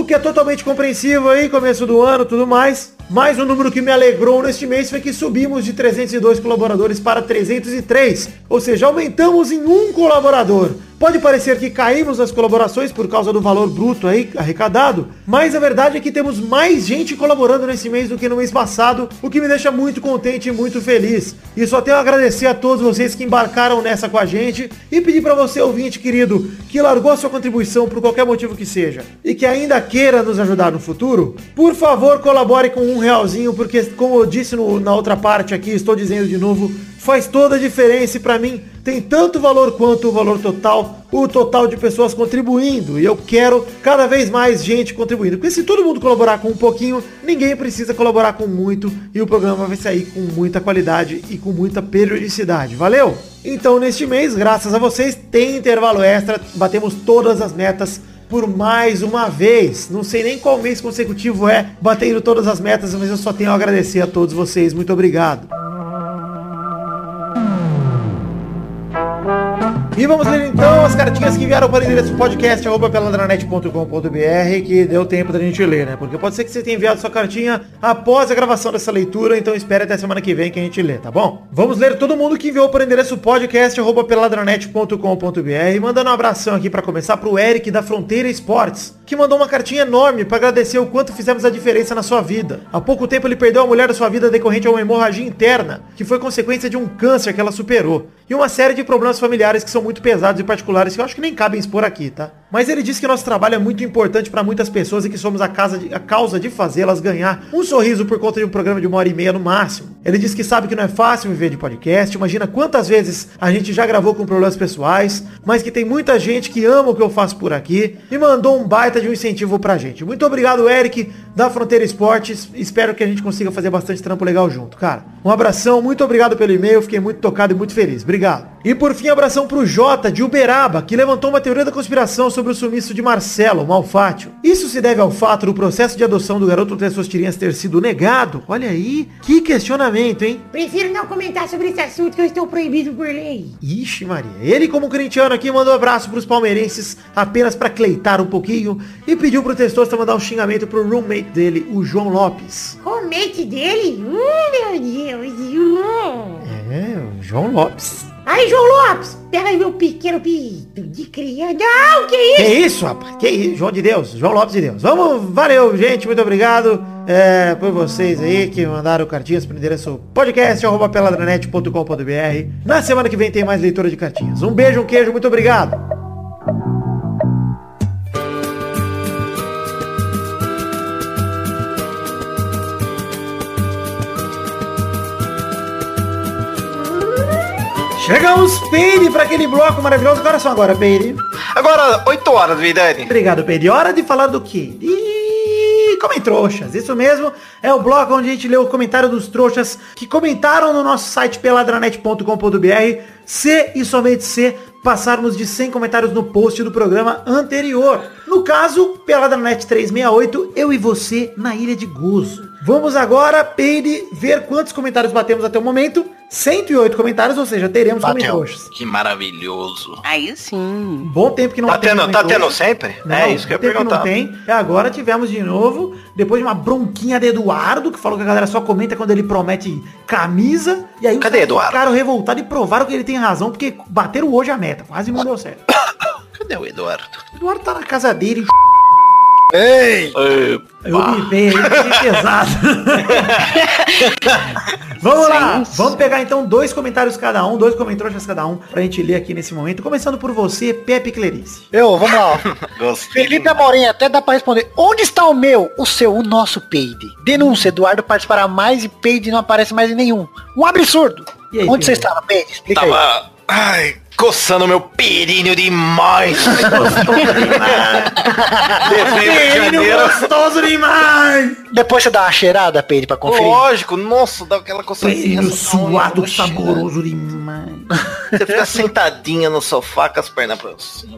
C: O que é totalmente compreensível aí, começo do ano, tudo mais. Mas o número que me alegrou neste mês foi que subimos de 302 colaboradores para 303, ou seja, aumentamos em um colaborador. Pode parecer que caímos nas colaborações por causa do valor bruto aí arrecadado, mas a verdade é que temos mais gente colaborando nesse mês do que no mês passado, o que me deixa muito contente e muito feliz. E só tenho a agradecer a todos vocês que embarcaram nessa com a gente e pedir para você, ouvinte querido, que largou sua contribuição por qualquer motivo que seja e que ainda queira nos ajudar no futuro, por favor colabore com um realzinho, porque como eu disse no- na outra parte aqui, estou dizendo de novo, faz toda a diferença e para mim tem tanto valor quanto o valor total, o total de pessoas contribuindo. E eu quero cada vez mais gente contribuindo. Porque se todo mundo colaborar com um pouquinho, ninguém precisa colaborar com muito e o programa vai sair com muita qualidade e com muita periodicidade. Valeu? Então, neste mês, graças a vocês, tem intervalo extra, batemos todas as metas por mais uma vez. Não sei nem qual mês consecutivo é, batendo todas as metas, mas eu só tenho a agradecer a todos vocês. Muito obrigado. E vamos ler então as cartinhas que vieram para o endereço podcast arroba peladranet.com.br que deu tempo da gente ler, né? Porque pode ser que você tenha enviado sua cartinha após a gravação dessa leitura, então espere até semana que vem que a gente lê, tá bom? Vamos ler todo mundo que enviou para o endereço podcast arroba peladranet.com.br mandando um abração aqui para começar pro Eric da Fronteira Esportes, que mandou uma cartinha enorme para agradecer o quanto fizemos a diferença na sua vida. Há pouco tempo ele perdeu a mulher da sua vida decorrente a uma hemorragia interna, que foi consequência de um câncer que ela superou e uma série de problemas familiares que são muito pesados e particulares que eu acho que nem cabem expor aqui, tá? Mas ele disse que nosso trabalho é muito importante para muitas pessoas e que somos a, casa de- a causa de fazê-las ganhar um sorriso por conta de um programa de uma hora e meia no máximo. Ele disse que sabe que não é fácil viver de podcast, imagina quantas vezes a gente já gravou com problemas pessoais, mas que tem muita gente que ama o que eu faço por aqui e mandou um baita de um incentivo pra gente. Muito obrigado, Eric, da Fronteira Esportes. Espero que a gente consiga fazer bastante trampo legal junto, cara. Um abração, muito obrigado pelo e-mail, fiquei muito tocado e muito feliz. Obrigado. E por fim, abração pro Jota, de Uberaba, que levantou uma teoria da conspiração sobre o sumiço de Marcelo, o malfátio. Isso se deve ao fato do processo de adoção do garoto Tessostirinhas ter sido negado? Olha aí, que questionamento, hein?
G: Prefiro não comentar sobre esse assunto que eu estou proibido por lei.
C: Ixi Maria, ele como corintiano aqui mandou um abraço pros palmeirenses apenas pra cleitar um pouquinho e pediu pro Testosta mandar um xingamento pro roommate dele, o João Lopes.
G: Comete dele? Hum, meu Deus. Hum.
C: É, o João Lopes.
G: Aí, João Lopes, pega meu pequeno pito de criança. Não, que é
C: Que
G: isso?
C: isso, rapaz? Que isso, João de Deus, João Lopes de Deus. Vamos, valeu, gente, muito obrigado é, por vocês aí que mandaram cartinhas pro endereço podcast arroba peladranet.com.br. Na semana que vem tem mais leitura de cartinhas. Um beijo, um queijo, muito obrigado. Chegamos, Peire, para aquele bloco maravilhoso. Agora só agora, Peire.
B: Agora, 8 horas, Vidani.
C: Obrigado, Pedro. E hora de falar do quê? De Comentroxas. Isso mesmo, é o bloco onde a gente lê o comentário dos trouxas que comentaram no nosso site peladranet.com.br, se e somente se passarmos de 100 comentários no post do programa anterior. No caso, Peladranet 368, eu e você na Ilha de Gozo. Vamos agora, Peide, ver quantos comentários batemos até o momento. 108 comentários, ou seja, teremos
D: Bateu.
C: comentários roxos.
B: Que maravilhoso.
E: Aí sim.
C: Bom tempo que não
B: Tá
C: bateu
B: tendo,
C: comentário
B: tá tendo
C: roxo.
B: sempre?
C: Não,
B: é isso que eu ia
C: tem
B: perguntar.
C: Não tem. E agora tivemos de novo, depois de uma bronquinha de Eduardo, que falou que a galera só comenta quando ele promete camisa. E aí os
B: Cadê
C: caras
B: Eduardo?
C: ficaram revoltados e provaram que ele tem razão, porque bateram hoje a meta. Quase não deu certo.
B: Cadê o Eduardo?
C: Eduardo tá na casa dele.
D: Ei!
C: Eu bipei, eu bipei pesado. vamos lá,
E: Gente.
C: vamos pegar então dois comentários cada um, dois comentários cada um, pra gente ler aqui nesse momento. Começando por você, Pepe Clerice.
D: Eu, vamos lá. ó.
B: Gostei.
D: Felipe Amorim, até dá pra responder. Onde está o meu, o seu, o nosso peide? Denúncia, Eduardo participará mais e peide não aparece mais em nenhum. Um absurdo.
C: E aí,
D: Onde você
C: Pedro?
D: estava, peide? Explica aí.
B: Tava. Ai, coçando meu períneo demais. Desenho de
C: Menino
B: janeiro.
C: gostoso demais!
D: Depois você dá uma cheirada, peide, pra conferir.
B: Lógico, nossa, dá aquela coçadinha.
C: Pênis
B: só dá um
E: né?
C: suado,
B: cheiro.
C: saboroso demais.
B: Você fica sentadinha no sofá com as pernas pra cima.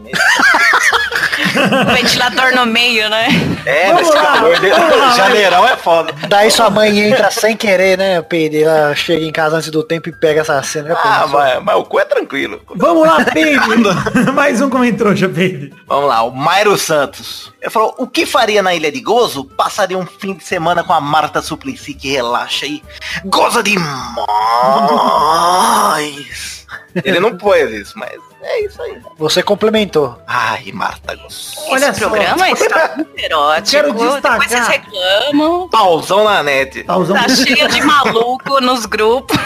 E: O ventilador no meio, né?
B: É,
C: Vamos
B: nesse
C: lá,
B: calor de...
C: vamos lá,
B: janeirão é foda.
D: Daí sua mãe entra sem querer, né, peide? Ela chega em casa antes do tempo e pega essa cena. né, Já
B: Ah,
D: pensou?
B: mas, mas o cu é tranquilo.
C: Vamos lá, Peide. Mais um comentrouxa, Peide.
B: Vamos lá, o Mairo Santos. Ele falou, o que faria na Ilha de Gozo? Passaria um fim de semana com a Marta Suplicy que relaxa e goza demais. Ele não pôs isso, mas é isso aí.
D: Você complementou.
B: Ai, Marta gostosa.
C: Olha
E: Esse
C: só.
E: programa está super erótico.
C: Quero destacar.
E: Depois vocês reclamam.
B: Pausão na net.
C: Tá usando...
E: Tá cheio de maluco nos grupos.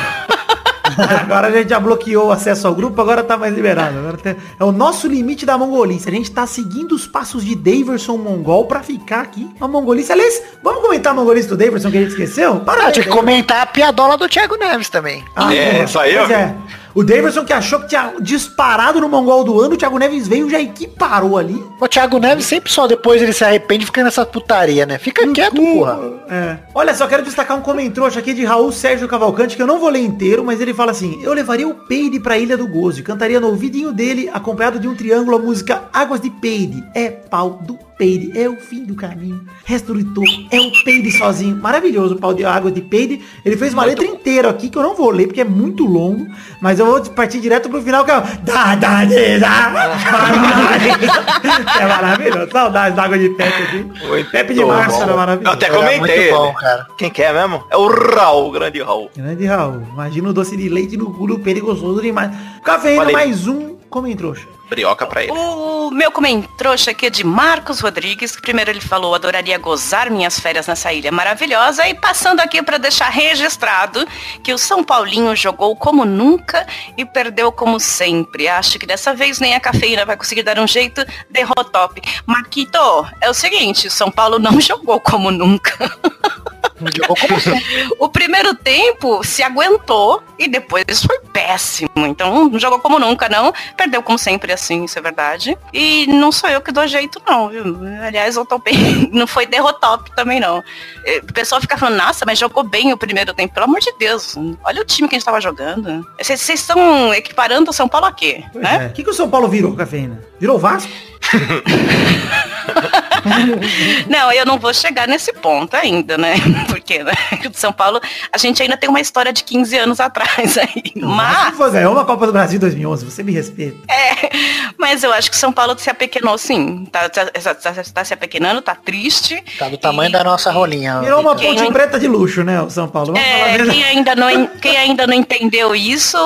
C: Agora a gente já bloqueou o acesso ao grupo, agora tá mais liberado. Agora tem- É o nosso limite da mongolice. A gente tá seguindo os passos de Daverson Mongol pra ficar aqui. A mongolice. Aliás, vamos comentar a mongolice do Daverson que a gente esqueceu? Para
D: Ah,
C: aí,
D: tinha que
C: Daverson.
D: comentar a piadola do Thiago Neves também.
C: Ah,
B: É,
C: porra.
B: isso aí,
C: Pois
B: ó.
C: é. O Daverson que achou que tinha disparado no Mongol do ano, o Thiago Neves veio já equiparou ali.
D: O Thiago Neves sempre só depois ele se arrepende e fica nessa putaria, né? Fica quieto, porra.
C: É. Olha só, quero destacar um comentrouxa aqui de Raul Sérgio Cavalcante, que eu não vou ler inteiro, mas ele fala assim, eu levaria o Peide pra Ilha do Gozo e cantaria no ouvidinho dele, acompanhado de um triângulo, a música Águas de Peide. É pau do Peide, é o fim do caminho. Resto do topo, é o Peide sozinho. Maravilhoso o pau de Águas de Peide. Ele fez uma letra inteira aqui, que eu não vou ler, porque é muito longo, mas eu vou partir direto pro final, que é o... Da, da, de, da, da, da. É maravilhoso. Saudades da Água de Pepe aqui.
B: Muito
C: Pepe de Março
B: bom.
C: era
B: Eu
C: maravilhoso.
B: até
D: Era
B: comentei.
D: É muito bom,
B: ele.
D: cara.
B: Quem que é mesmo? É o Raul, o grande Raul.
C: Grande Raul. Imagina o doce de leite no cu do perigoso demais. Cafeína,
B: Falei.
C: mais um comentrouxa.
B: Brioca pra ele.
E: O meu comentrouxa aqui é de Marcos Rodrigues. que Primeiro ele falou, adoraria gozar minhas férias nessa ilha maravilhosa. E passando aqui para deixar registrado que o São Paulinho jogou como nunca e perdeu como sempre. Acho que dessa vez nem a cafeína vai conseguir dar um jeito. Derrotop. Marquito, é o seguinte, o São Paulo não jogou como nunca.
D: Jogou como sempre.
E: O primeiro tempo se aguentou e depois foi péssimo. Então, não jogou como nunca, não. Perdeu como sempre, assim, isso é verdade. E não sou eu que dou jeito, não, viu? Aliás, eu tô bem. Não foi derrotop também, não. Eh, O pessoal fica falando, nossa, mas jogou bem o primeiro tempo. Pelo amor de Deus, olha o time que a gente tava jogando. Vocês vocês estão equiparando o São Paulo a quê?
C: Pois é.
E: né?
C: O que, que o São Paulo virou, Cafeína? Virou o Vasco?
E: Não, eu não vou chegar nesse ponto ainda, né? Porque, né? O São Paulo, a gente ainda tem uma história de 15 anos atrás aí. Mas.
C: Vasco Ah, foi ganhou uma Copa do Brasil em 2011, você me respeita.
E: É, mas eu acho que o São Paulo se apequenou sim. Tá, tá- tá- tá- tá se apequenando, tá triste.
D: Tá do tamanho da nossa rolinha.
C: Virou uma
E: Quem
C: ponte
E: não-
C: preta de luxo, né, o São Paulo? Vamos falar a
E: É,
C: verdade.
E: quem, ainda não, en- quem ainda não entendeu isso,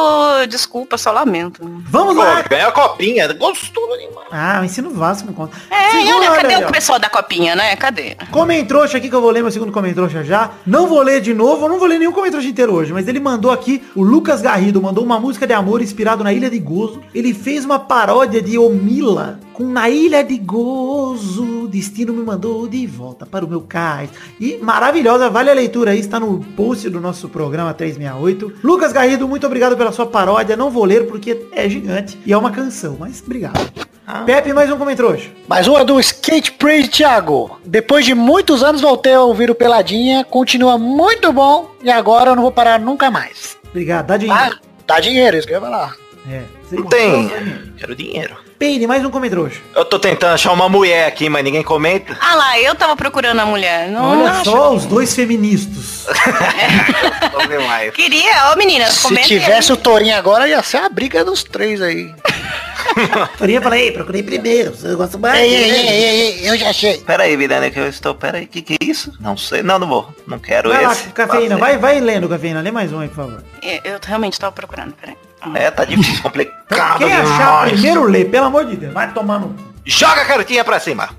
E: desculpa, só lamento.
C: Vamos
B: Pô,
C: lá.
B: ganhou a copinha. Gostoso demais.
C: Ah, o ensino Vasco não conta.
E: É, e
C: Segundo,
E: olha, cadê
C: aí, ó.
E: o pessoal da copinha, né? Cadê?
C: Comentrouxa aqui que eu vou ler meu segundo comentrouxa já. Não vou ler de novo, eu não vou ler nenhum comentrouxa inteiro hoje, mas ele mandou aqui, o Lucas Garrido mandou uma música de amor inspirado na Ilha de Gozo. Ele fez uma paródia de Omila com Na Ilha de Gozo, o destino me mandou de volta para o meu cais. E maravilhosa, vale a leitura aí, está no post do nosso programa 368. Lucas Garrido, muito obrigado pela sua paródia. Não vou ler porque é gigante e é uma canção, mas obrigado. Pepe, mais um comentrouxa.
D: Mais uma do Skate Praise Thiago. Depois de muitos anos voltei a ouvir o Peladinha, continua muito bom e agora eu não vou parar nunca mais.
C: Obrigado, dá dinheiro.
D: Ah, dá dinheiro, isso que eu ia falar.
C: É.
B: Não tem. Quero dinheiro.
C: Peine, mais um come trouxa.
B: Eu tô tentando achar uma mulher aqui, mas ninguém comenta.
E: Ah lá, eu tava procurando a mulher. Não
C: Olha
E: acho.
C: só os dois feministas.
B: Vamos ver mais.
E: Queria, ó meninas,
D: Se
E: comenta aí.
D: tivesse o tourinho agora, ia ser a briga dos três aí.
C: Torinha fala, ei, procurei primeiro, você gosta mais. Ei,
D: eu já achei.
B: Pera aí, Vidane, que eu estou. Pera aí, que que é isso? Não sei. Não, não vou. Não quero
C: Vai lá,
B: esse. tá
C: cafeína,
B: Passei.
C: vai, vai lendo, cafeína, lê mais um aí, por favor.
E: É, Eu realmente tava procurando, peraí.
B: É, tá difícil, complicado
C: Quem achar
B: demais.
C: primeiro lê, pelo amor de Deus. Vai tomar no... cu.
B: Joga a cartinha pra cima.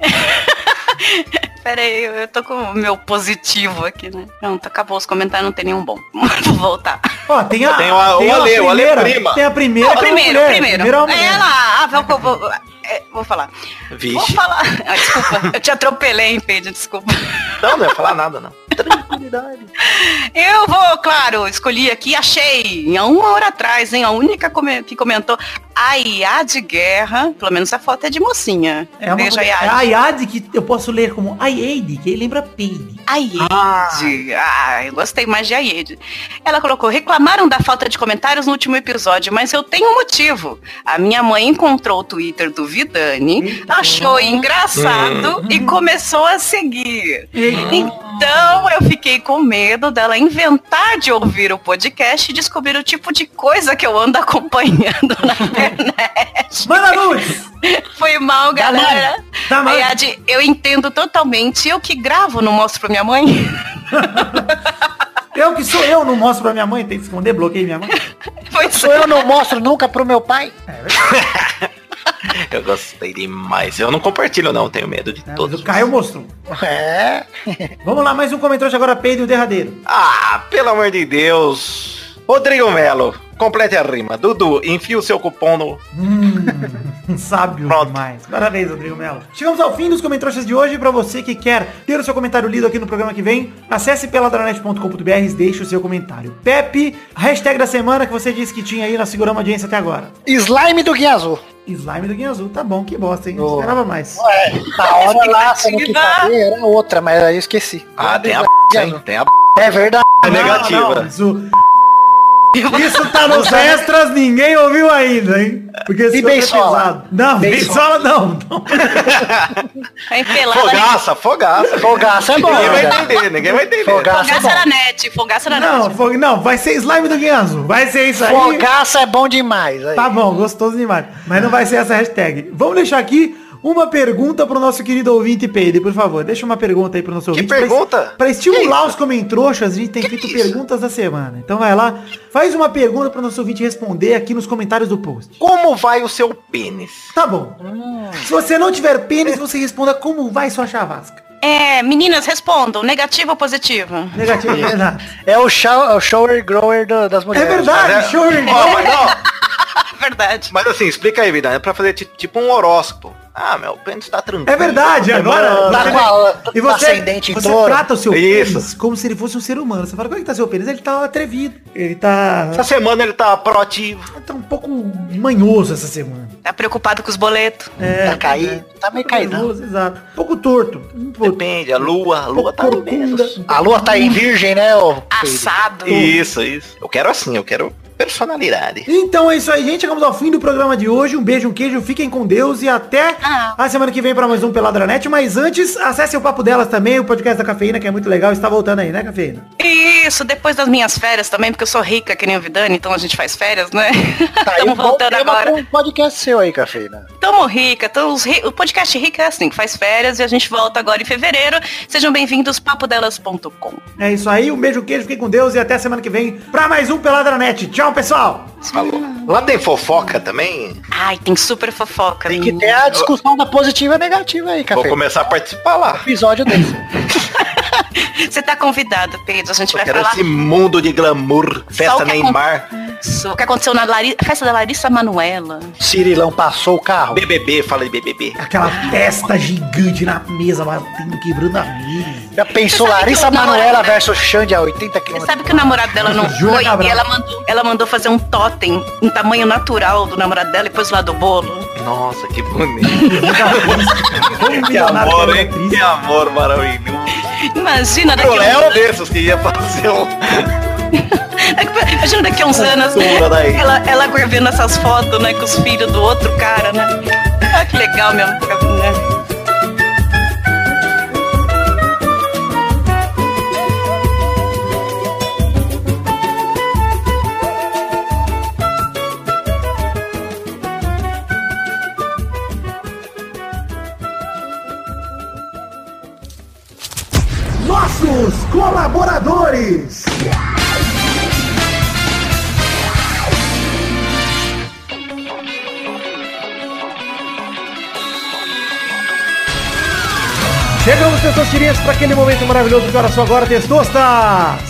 E: Pera aí, Ah, eu- eu tô com o meu positivo aqui, né? Não, tá- acabou os comentários, não tem nenhum bom. Vou voltar.
C: Ó, tem a,
B: Tem o-
C: tem
B: o
C: a
B: Ale, o Ale
C: primeira,
B: prima.
C: Tem a primeira,
E: Não,
C: tem a
E: primeiro,
C: mulher,
E: primeiro.
C: primeiro é uma
E: É
C: mulher.
E: ela, ah, vou, vou, vou, é, vou falar.
B: Vixe.
E: Vou falar. Ah, desculpa, eu te atropelei, hein, Pedro, desculpa.
B: Não, não ia falar nada, não.
E: Eu vou, claro, escolhi aqui, achei, há uma hora atrás, hein, a única come- que comentou, a Iá de Guerra, pelo menos a foto é de mocinha.
C: É uma
E: Veja a
C: mulher.
E: Iá.
C: É a Yad que eu posso ler como Ayade, que ele lembra Peide.
E: A Iede. Ah, eu gostei mais de a Iede. Ela colocou, reclamaram da falta de comentários no último episódio, mas eu tenho um motivo. A minha mãe encontrou o Twitter do Vidani, achou engraçado
C: É.
E: e começou a seguir. Então eu fiquei com medo dela inventar de ouvir o podcast e descobrir o tipo de coisa que eu ando acompanhando na internet.
C: Manda luz!
E: Foi mal, galera.
C: Dá mais.
E: Ayade, eu entendo totalmente. Eu que gravo, não mostro pra minha mãe.
C: Eu que sou eu, não mostro pra minha mãe, tem que esconder, bloqueei minha mãe.
E: Pois é,
D: Sou eu não mostro nunca pro meu pai.
B: Eu gostei demais. Eu não compartilho, não. Tenho medo de
C: É, mas
B: todos.
C: o Caio mostrou.
D: É.
C: Vamos lá, mais um comentário agora, Peide, o derradeiro.
B: Ah, pelo amor de Deus. Rodrigo Melo, complete a rima. Dudu, enfia o seu cupom no...
C: Hum, sábio
B: Pronto.
C: demais. Parabéns, Rodrigo Melo. Chegamos ao fim dos comentários de hoje. Pra você que quer ter o seu comentário lido aqui no programa que vem, acesse peladranet.com.br e deixe o seu comentário. Pepe, a hashtag da semana que você disse que tinha aí, nós seguramos a audiência até agora.
D: Slime do Guia Azul.
C: Slime do Guinha Azul, tá bom, que bosta, hein? Não
D: Oh.
C: esperava mais.
D: Ué, na hora lá, sendo que fazer era outra, mas aí eu esqueci.
B: Ah, tem a...
D: Slime
B: p***,
D: do
B: hein?
D: Guia
B: Tem a... p***.
D: Azul. É verdade.
B: É negativa.
C: não, isso... Isso tá nos extras, ninguém ouviu ainda, hein? Porque esse
D: E
C: outro é
D: Beisola?
C: pesado. Não, Beisola não. não.
E: é, empelada. né?
B: Fogaça, fogaça.
D: Fogaça é bom.
B: Ninguém vai
D: cara.
B: entender, ninguém vai entender.
D: Fogaça é
E: Fogaça na
D: bom.
E: net, fogaça na
C: Não,
E: net.
C: fo- não, vai ser slime do Guinha Azul. Vai ser isso aí.
D: Fogaça é bom demais. Aí.
C: Tá bom, gostoso demais. Mas não vai ser essa hashtag. Vamos deixar aqui uma pergunta pro nosso querido ouvinte Pedro, por favor. Deixa uma pergunta aí pro nosso ouvinte. pra es-
B: pergunta?
C: Pra estimular os comentroxas, a gente tem feito perguntas da semana. Então vai lá, faz uma pergunta pro nosso ouvinte responder aqui nos comentários do post.
B: Como vai o seu pênis?
C: Tá bom. Se você não tiver pênis, você responda como vai sua chavasca.
E: É, meninas, respondam, negativo ou positivo?
C: Negativo, é verdade.
D: É o, show, é o shower grower do- das
C: É
D: mulheres.
C: verdade, show.
B: Ó, mas, ó,
E: Ah, verdade.
B: mas assim, explica aí, vida. É pra fazer ti- tipo um horóscopo. Ah, meu pênis tá tranquilo.
C: É verdade, agora.
D: Tá
C: você-
D: com a-
C: né? e você,
D: ascendente em
C: você
D: touro.
C: trata o seu
B: Isso.
C: pênis como se ele fosse um ser humano. Você fala, como é que tá seu pênis? Ele tá atrevido. Ele tá.
B: Essa semana ele tá proativo.
C: tá um pouco manhoso essa semana.
E: Tá preocupado com os boletos?
C: É.
D: Tá caído. Tá meio caído.
C: Manhoso, exato. Um pouco torto. Um pouco.
B: Depende, a lua, a
C: um
B: lua
C: pouco
B: tá no
C: corcunda.
B: menos.
D: A lua tá em virgem, né? ô Pedro?
E: Assado.
B: Isso, isso. Eu quero assim, eu quero personalidade.
C: Então é isso aí, gente. Chegamos ao fim do programa de hoje. Um beijo, um queijo. Fiquem com Deus e até
E: Ah.
C: a semana que vem para mais um Peladranet. Mas antes, acessem o Papo Delas também, o podcast da Cafeína, que é muito legal. Está voltando aí, né, Cafeína?
E: Isso, depois das minhas férias também, porque eu sou rica que nem o Vidani, então a gente faz férias, né?
D: Tá aí um
E: Tamo
D: bom
E: voltando
D: tema
E: agora.
D: pra um podcast seu aí, né? Cafeína.
E: Tamo rica, tamo os ri- o podcast rica é assim, que faz férias e a gente volta agora em fevereiro. Sejam bem-vindos, papodelas.com.
C: É isso aí. Um beijo, um queijo. Fiquem com Deus e até a semana que vem para mais um Peladranet. Tchau, pessoal!
B: Falou. Lá tem fofoca também?
E: Ai, tem super fofoca.
D: Tem um- que
E: menina.
D: ter a discussão da positiva e negativa aí,
B: Vou
D: Cafeína.
B: começar a participar lá.
D: Episódio desse.
E: Você tá convidado, Pedro. A gente
B: Eu
E: vai
B: quero
E: falar
B: esse mundo de glamour. Festa
E: o que
B: Neymar,
E: isso, o que aconteceu na Lari- festa da Larissa Manuela.
D: Cirilão passou o carro.
B: BBB, fala de BBB.
C: Aquela testa gigante na mesa, batendo, quebrando a mesa.
D: Já pensou
E: Você sabe que
D: Larissa
E: eu não
D: Manoela
E: era-
D: versus Xande a 80
E: Você
D: km?
E: sabe que o namorado dela não
C: Júlia
E: foi
C: Cabral.
E: e ela mandou, ela mandou fazer um totem em tamanho natural do namorado dela e pôs lá do bolo.
B: Nossa, que bonito.
C: Como
B: que
C: milionário
B: amor,
C: que é
B: hein?
C: atriz.
B: Que amor maravilhoso.
E: Imagina
B: é O
E: daqui a
B: Léo desses que ia fazer um...
E: É Imagina daqui a uns anos
B: Cultura daí.
E: ela, ela vendo essas fotos, né? Com os filhos do outro cara, né? Ah, que legal mesmo. né?
C: Nossos colaboradores! Chegamos, testosterinhas, para aquele momento maravilhoso que era só agora, testostas!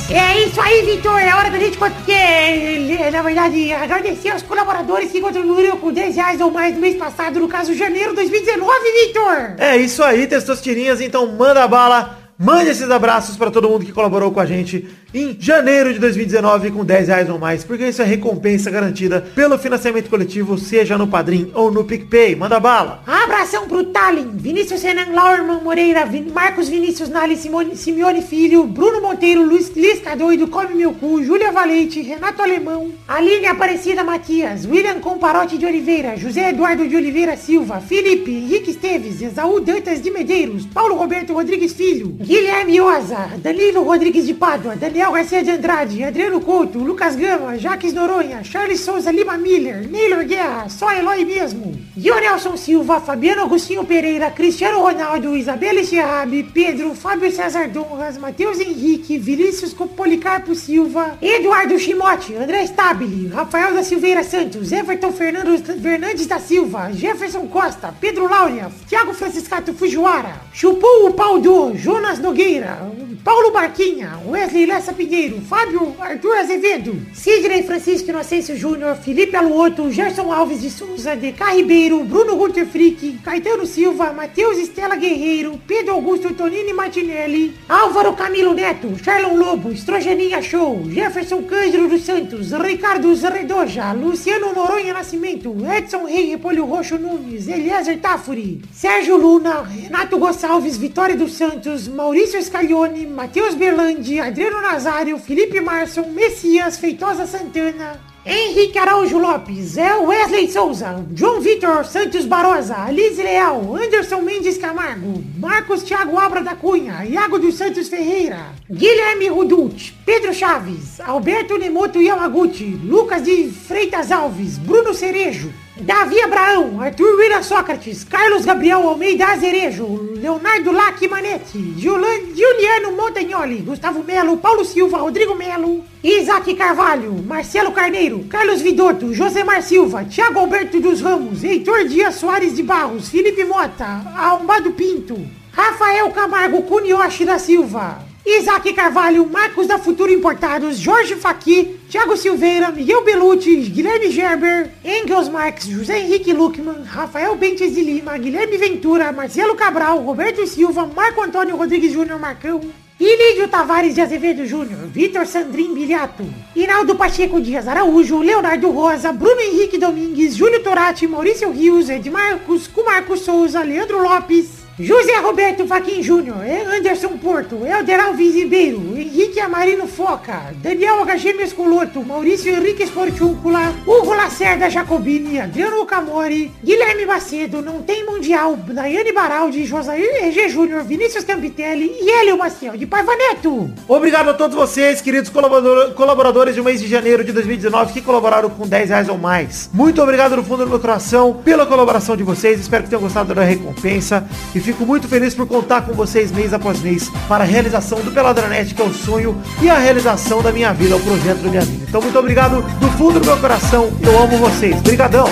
G: É isso aí, Vitor. É hora da gente, con- é, é, na verdade, agradecer aos colaboradores que contribuíram com 10 reais ou mais no mês passado, no caso, janeiro de 2019, Vitor.
C: É isso aí, testosterinhas, então manda bala, mande esses abraços para todo mundo que colaborou com a gente em janeiro de 2019 com 10 reais ou mais, porque isso é recompensa garantida pelo financiamento coletivo, seja no Padrim ou no PicPay. Manda bala!
G: Abração pro Tallin, Vinícius Renan, Lauerman Moreira, Vin- Marcos Vinícius Nali, Simone, Simeone Filho, Bruno Monteiro, Luiz Lisca Doido, Come Meu Cu, Júlia Valente, Renato Alemão, Aline Aparecida Matias, William Comparote de Oliveira, José Eduardo de Oliveira Silva, Felipe, Henrique Esteves, Esaú Dantas de Medeiros, Paulo Roberto Rodrigues Filho, Guilherme Oza, Danilo Rodrigues de Pádua, Daniel Garcia de Andrade, Adriano Couto, Lucas Gama, Jaques Noronha, Charles Souza Lima Miller, Neylor Guerra, só Eloy mesmo, Nelson Silva, Fabiano Agostinho Pereira, Cristiano Ronaldo, Isabelle Gerrabi, Pedro, Fábio César Donras, Matheus Henrique, Vinícius Policarpo Silva, Eduardo Chimote, André Stabile, Rafael da Silveira Santos, Everton Fernando Fernandes da Silva, Jefferson Costa, Pedro Laura, Thiago Franciscato Fujiwara, Chupou o Pau do, Jonas Nogueira, Paulo Barquinha, Wesley Lessa Pinheiro, Fábio Arthur Azevedo, Sidney Francisco Inocêncio Júnior, Felipe Aluoto, Gerson Alves de Souza, DK Ribeiro, Bruno Gunter Frick, Caetano Silva, Matheus Estela Guerreiro, Pedro Augusto Tonini Martinelli, Álvaro Camilo Neto, Charlon Lobo, Estrogeninha Show, Jefferson Cândido dos Santos, Ricardo Zredoja, Luciano Noronha Nascimento, Edson Rei Repolho Roxo Nunes, Eliezer Tafuri, Sérgio Luna, Renato Gonçalves, Vitória dos Santos, Maurício Scaglione, Matheus Berlandi, Adriano Nazário, Felipe Marson, Messias, Feitosa Santana, Henrique Araújo Lopes, é Wesley Souza, João Vitor Santos Barosa, Alice Leal, Anderson Mendes Camargo, Marcos Thiago Abra da Cunha, Iago dos Santos Ferreira, Guilherme Rudut, Pedro Chaves, Alberto Nemoto Yamaguchi, Lucas de Freitas Alves, Bruno Cerejo, Davi Abraão, Arthur Willa Sócrates, Carlos Gabriel Almeida Azerejo, Leonardo Lac Manetti, Giulan- Giuliano Montagnoli, Gustavo Melo, Paulo Silva, Rodrigo Melo, Isaac Carvalho, Marcelo Carneiro, Carlos Vidotto, Josemar Silva, Thiago Alberto dos Ramos, Heitor Dias Soares de Barros, Felipe Mota, Almado Pinto, Rafael Camargo Cunioche da Silva, Isaac Carvalho, Marcos da Futuro Importados, Jorge Faqui, Thiago Silveira, Miguel Belucci, Guilherme Gerber, Engels Marx, José Henrique Luckman, Rafael Bentes de Lima, Guilherme Ventura, Marcelo Cabral, Roberto Silva, Marco Antônio Rodrigues Júnior Marcão, Ilídio Tavares de Azevedo Júnior, Vitor Sandrin Biliato, Hinaldo Pacheco Dias Araújo, Leonardo Rosa, Bruno Henrique Domingues, Júlio Torati, Maurício Rios, Edmarcos, Cumarco Souza, Leandro Lopes, José Roberto Faquin Júnior, é Anderson Porto, é Helder Alves Ribeiro, Henrique Amarino Foca, Daniel HG Mescoloto, Maurício Henrique Esportúncula, Hugo Lacerda Jacobini, Adriano Camori, Guilherme Macedo, Não Tem Mundial, Daiane Baraldi, Josair RG Júnior, Vinícius Campitelli e Hélio Maciel de Paivaneto.
C: Obrigado a todos vocês, queridos colaborador- colaboradores do mês de janeiro de 2019 que colaboraram com 10 reais ou mais. Muito obrigado no fundo do meu coração pela colaboração de vocês. Espero que tenham gostado da recompensa e fico muito feliz por contar com vocês mês após mês para a realização do Peladronete, que é o sonho, e a realização da minha vida, o projeto da minha vida. Então, muito obrigado do fundo do meu coração. Eu amo vocês. Obrigadão.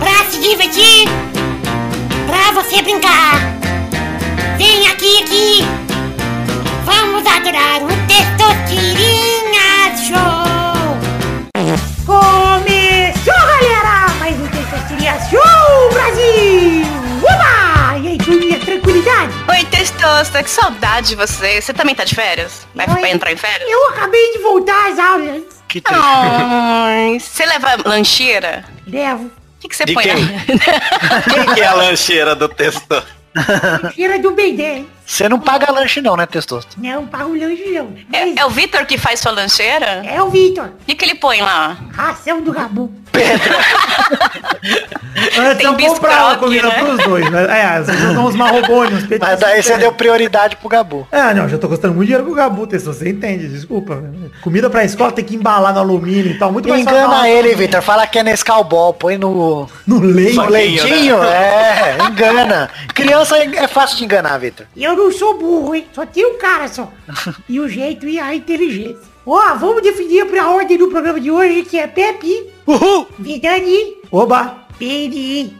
H: pra se divertir, pra você brincar. Vem aqui, aqui, vamos adorar o texto tirinha show.
G: Começou, galera! Mais um Testosterinha Show Brasil! Uba! E aí, turminha, tranquilidade?
E: Oi, Testosta, que saudade de você. Você também tá de férias? Vai
G: Oi.
E: vai entrar em férias?
G: Eu acabei de voltar às aulas.
D: Que triste.
E: Ai, você leva lancheira?
G: Levo.
E: que, que você
D: De
E: põe
D: quem?
B: Quem que é a lancheira do texto?
G: Cheira um do Ben 10.
D: Você não paga lanche não, né, Testosto?
G: Não, paga o lanche não.
E: na... É, é o Vitor que faz sua lancheira?
G: É o Victor.
E: O que, que ele põe lá?
G: Ração do Gabu.
C: Antes
E: Tem
C: eu comprava
E: bistroque,
C: comida
E: né?
C: pros dois, né? É, às vezes eu dou uns marrobônios, uns petiscos
D: Mas daí você
C: diferentes.
D: deu prioridade pro Gabu.
C: Ah, não, já tô gastando muito dinheiro com o Gabu, Tessô, você entende, desculpa. Comida pra escola tem que embalar no alumínio e tal, muito mais
D: Engana
C: fácil.
D: ele, Vitor. Fala que é Nescau Ball, põe no,
C: No leite.
D: no
B: Saquinho,
D: leitinho. É, engana. Criança é fácil de enganar, Vitor.
G: E eu não sou burro, hein? Só tem um cara só. E o jeito e a inteligência. Ó, vamos definir pra ordem do programa de hoje, que é Pepe,
D: Uhul!
G: Vidani,
C: Oba!
G: Peri.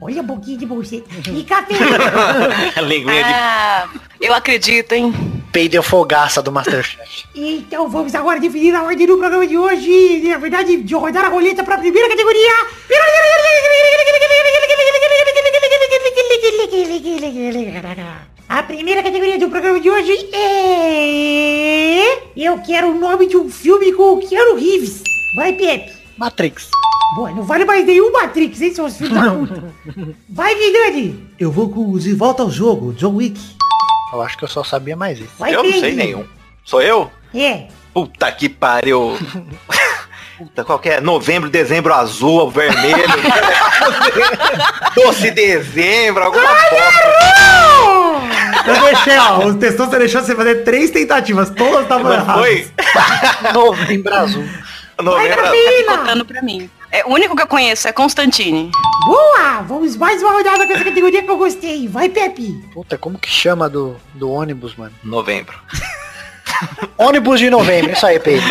G: Olha a boquinha de bolseta. E café.
B: Linguinha É de...
E: Ah, eu acredito, hein?
D: Peideu folgaça do Masterchef.
G: então vamos agora definir a ordem do programa de hoje. Na verdade, de rodar a roleta pra primeira categoria. A primeira categoria do programa de hoje é... Eu quero o nome de um filme com o Keanu Reeves. Vai, Pepe.
D: Matrix.
G: Boa, não vale mais nenhum Matrix, hein, seus filhos da puta. Vai, Vidani.
C: Eu vou com o De Volta ao Jogo, John Wick.
D: Eu acho que eu só sabia mais isso.
G: Vai,
B: eu não sei
G: Pedro.
B: nenhum. Sou eu?
G: É.
B: Puta que pariu. Puta, qual que é? Novembro, dezembro azul, vermelho. Doce dezembro, alguma bosta.
C: Eu deixei, ó, o Tessô você deixou você fazer três tentativas, todas estavam
B: Não
C: erradas.
B: foi?
D: Novembro azul.
G: Vai,
B: Novembro azul.
G: Pepina.
E: Contando pra mim. É, o único que eu conheço é Constantine.
G: Boa, vamos mais uma rodada com essa categoria que eu gostei. Vai, Pepe.
D: Puta, como que chama do, do ônibus, mano?
B: Novembro.
D: Ônibus de novembro, isso aí, Pedro.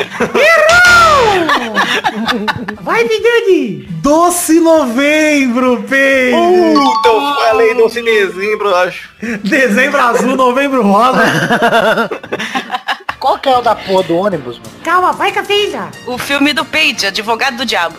G: Vai, Vidani.
C: Doce Novembro, Pedro!
D: Uh!
B: Puta, eu falei doce dezembro, eu acho.
C: Dezembro azul, novembro rosa.
D: Qual que é o da porra do ônibus, mano?
G: Calma, vai, cafeína.
E: O filme do Page, Advogado do Diabo.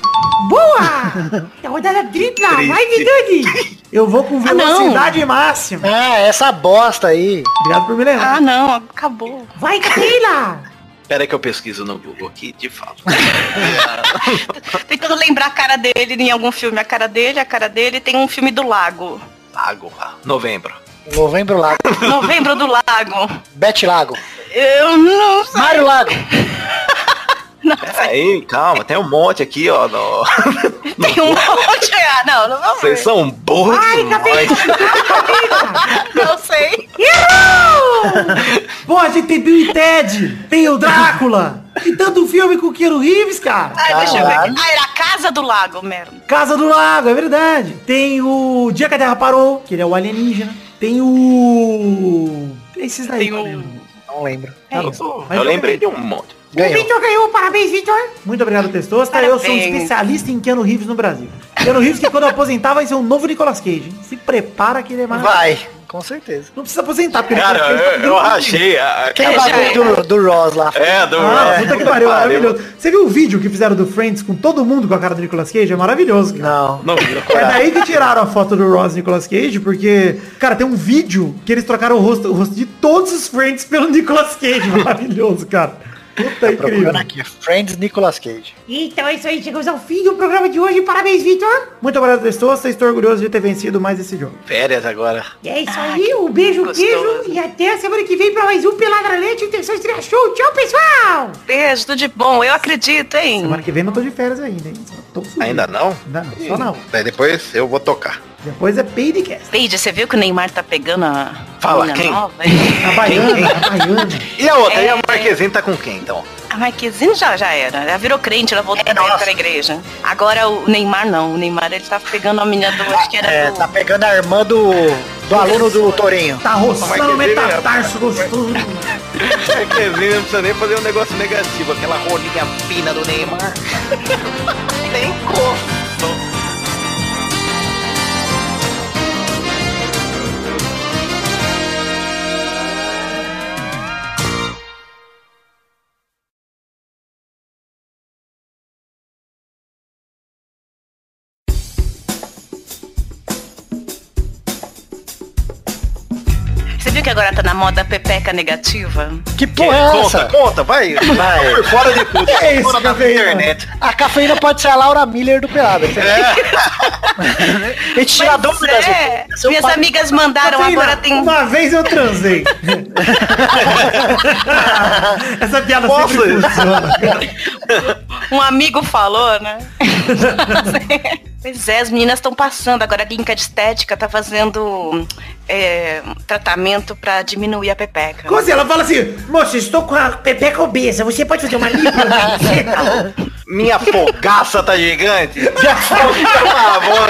G: Boa. É rodada tripla. Vai,
B: Triste.
G: Vidani.
C: Eu vou com velocidade máxima.
D: Ah, essa bosta aí.
C: Obrigado por me lembrar.
E: Ah, não, acabou.
G: Vai, cafeína.
B: Pera que eu pesquiso no Google aqui, de fato.
E: Tentando lembrar a cara dele em algum filme. A cara dele, a cara dele. Tem um filme do Lago.
B: Lago lá. Tá, Novembro.
D: Novembro Lago.
E: Novembro do Lago.
D: Bete Lago.
E: Eu não
D: Mário Lago.
B: Pera aí, calma, tem um monte aqui, ó. no-
E: Tem um monte. Ah, não, não vou
B: Vocês são burros
G: Vai,
B: demais.
G: cafeína.
E: Não sei.
C: Pô, a gente tem Bill e Ted, tem o Drácula, e tanto filme com o Keanu Reeves, cara.
E: Ah, deixa eu ver.
D: Caralho.
E: Ah, era a Casa do Lago, merda.
C: Casa do Lago, é verdade. Tem o Dia que a Terra Parou, que ele é o alienígena. Tem o... Tem esses daí.
E: Tem
C: tá
E: um-
C: vendo?
D: Não lembro.
C: Tá bom.
B: Eu sou-
C: Mas
B: Eu lembrei de um monte.
G: O
D: Ganhou.
G: Vitor ganhou. Parabéns, Vitor.
C: Muito obrigado, Testosta. Eu sou um
E: Parabéns.
C: especialista em Keanu Reeves no Brasil. Keanu Reeves que quando aposentar vai ser um novo Nicolas Cage. hein? Se prepara que ele é mais...
D: Vai. Com certeza.
C: Não precisa aposentar, porque
B: Cara,
C: Nicolas Cage tá
B: eu, eu
C: fazendo
B: rachei a... a-
D: Quem é o
E: Já
D: bagulho do, do Ross lá?
B: É, do...
C: Ah,
B: é,
C: puta que pariu, maravilhoso. Você viu o vídeo que fizeram do Friends com todo mundo com a cara do Nicolas Cage? É maravilhoso, cara.
D: Não.
B: Não,
C: É
B: coragem.
C: daí que tiraram a foto do Ross e Nicolas Cage, porque, cara, tem um vídeo que eles trocaram o rosto, o rosto de todos os Friends pelo Nicolas Cage. Maravilhoso, cara. Puta É incrível.
D: É Tá Procurando aqui. Friends Nicolas Cage.
G: Então é isso aí. Chegamos ao fim do programa de hoje. Parabéns, Vitor.
C: Muito obrigado, Testosta. Estou orgulhoso de ter vencido mais esse jogo.
B: Férias agora.
G: E é isso aí. Um beijo,
E: gostoso.
G: beijo. E até a semana que vem pra mais um Peladralete. O Terceiro Estreia Show. Tchau, pessoal.
E: Beijo, tudo de bom. Eu acredito, hein?
C: Semana que vem não tô de férias ainda, hein? Só tô fudido.
F: Ainda não?
C: Ainda não, só não.
F: Daí depois eu vou tocar.
C: Depois é Paidcast.
E: Paige, você viu que o Neymar tá pegando a
B: Fala,
E: menina
B: quem?
E: nova?
C: A baiana, a baiana.
B: E a outra?
E: É.
B: E a Marquezine tá com quem, então?
E: A Marquezine já, já era. né? Ela virou crente, ela voltou
D: É,
E: pra,
D: nossa.
E: pra igreja. Agora o Neymar não. O Neymar ele tá pegando a menina do. Acho que era
D: É,
E: do.
D: tá pegando a irmã do, do aluno do Torinho.
C: Tá
B: Mas
C: roçando
B: que
C: o metatarso
B: dele
C: gostoso.
B: Marquezine não precisa nem fazer um negócio negativo. Aquela rolinha fina do Neymar. nem corpo.
E: Você viu que agora tá na moda pepeca negativa?
D: Que porra é
B: conta,
D: essa?
B: conta, vai. Vai. Por fora de tudo.
C: É isso,
B: Fora da
C: cafeína.
B: internet.
D: A cafeína pode ser a Laura Miller do Pelada.
B: É.
D: A gente um tira
E: Pois
D: dúvidas.
E: é,
D: Seu
E: minhas
D: pai-
E: amigas mandaram,
C: Cafeína,
E: agora tem...
C: Uma vez eu transei. Essa piada
B: Posso?
C: sempre funciona.
E: Um amigo falou, né? pois é, as meninas estão passando. Agora a clínica de estética tá fazendo é, tratamento pra diminuir a pepeca.
C: Como assim? Ela fala assim, moça, estou com a pepeca obesa, você pode fazer uma lipo?
B: Minha fogaça tá gigante. Minha fogaça tá bom.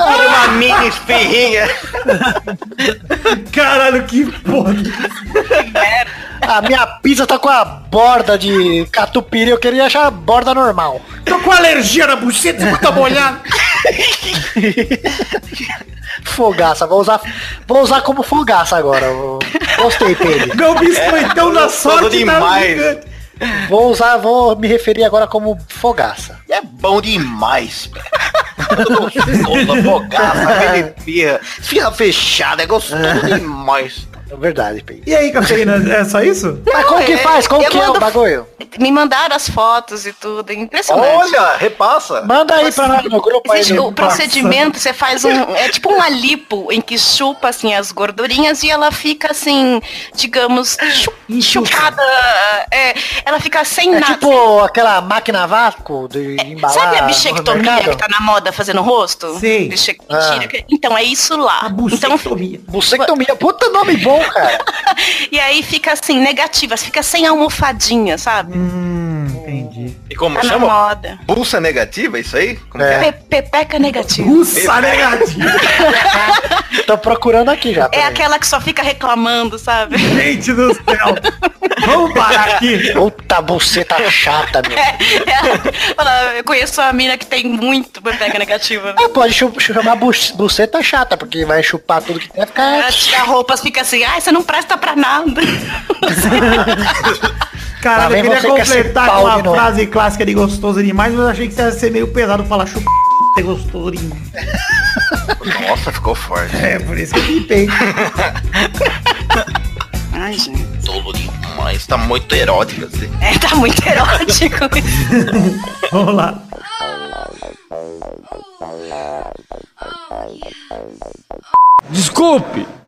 B: Era uma mini espirrinha.
C: Caralho, que porra.
D: A minha pizza tá com a borda de catupiry. Eu queria achar a borda normal.
C: Tô com alergia na buceta, você tá molhado.
D: Fogaça. Vou usar, vou usar como fogaça agora. Eu Gostei, Pedro.
C: Meu biscoitão da sorte tá
B: demais.
C: gigante.
D: Vou usar, vou me referir agora como fogaça.
B: É bom demais, velho. Gostoso, Fogaça, aquele pirra. Firra fechada, é gostoso demais.
D: É verdade, Pedro.
C: E aí, cafeína, é só isso?
D: Mas como que
E: é-
D: faz? Como
E: eu
D: que é o
E: mando-
D: bagulho?
E: Me mandaram as fotos e tudo. é Impressionante.
B: Olha, repassa.
D: Manda aí pra nós no grupo aí.
E: Existe
D: no-
E: o procedimento, você faz um. É tipo uma lipo em que chupa assim as gordurinhas e ela fica assim, digamos, chu- chupada. é, ela fica sem
D: É
E: nada.
D: tipo aquela máquina a vácuo de embalar.
E: Sabe a
D: no
E: bichectomia
D: mercado?
E: que tá na moda fazendo rosto?
C: Sei.
E: Biche-
D: Ah.
E: tira que- Então é isso lá. Então,
C: bucetomia.
D: Bucectomia, puta nome bom, cara.
E: e aí fica assim, negativa, fica sem almofadinha, sabe?
C: Hum, entendi.
B: E como
E: Tá na
B: chama?
E: moda.
B: Pulsa negativa, isso aí? Como que
D: É.
E: Pe- pepeca negativa.
C: Russa negativa.
D: Tô procurando aqui já.
E: É
D: peraí.
E: aquela que só fica reclamando, sabe?
C: Gente do céu. Vamos parar aqui.
D: Puta buceta chata, meu.
E: É, fala, eu conheço uma mina que tem muito pepeca negativa.
D: Ah, pode chu- chamar bu buceta chata, porque vai chupar tudo que tem,
E: Ela
D: ficar
E: tira roupas, fica assim, ai, você não presta pra nada.
D: Lá
C: Caralho,
D: vem
C: eu queria
D: você com esse
C: completar
D: pau
C: com uma
D: de novo.
C: frase clássica de gostoso demais, mas eu achei que isso ia ser meio pesado falar chupa é gostoso demais.
B: é? Nossa, ficou forte.
C: É, por isso que eu pipei.
E: Ai, gente.
B: Tolo demais, tá muito erótico assim.
E: É, tá muito erótico.
C: Vamos lá.
I: Desculpe,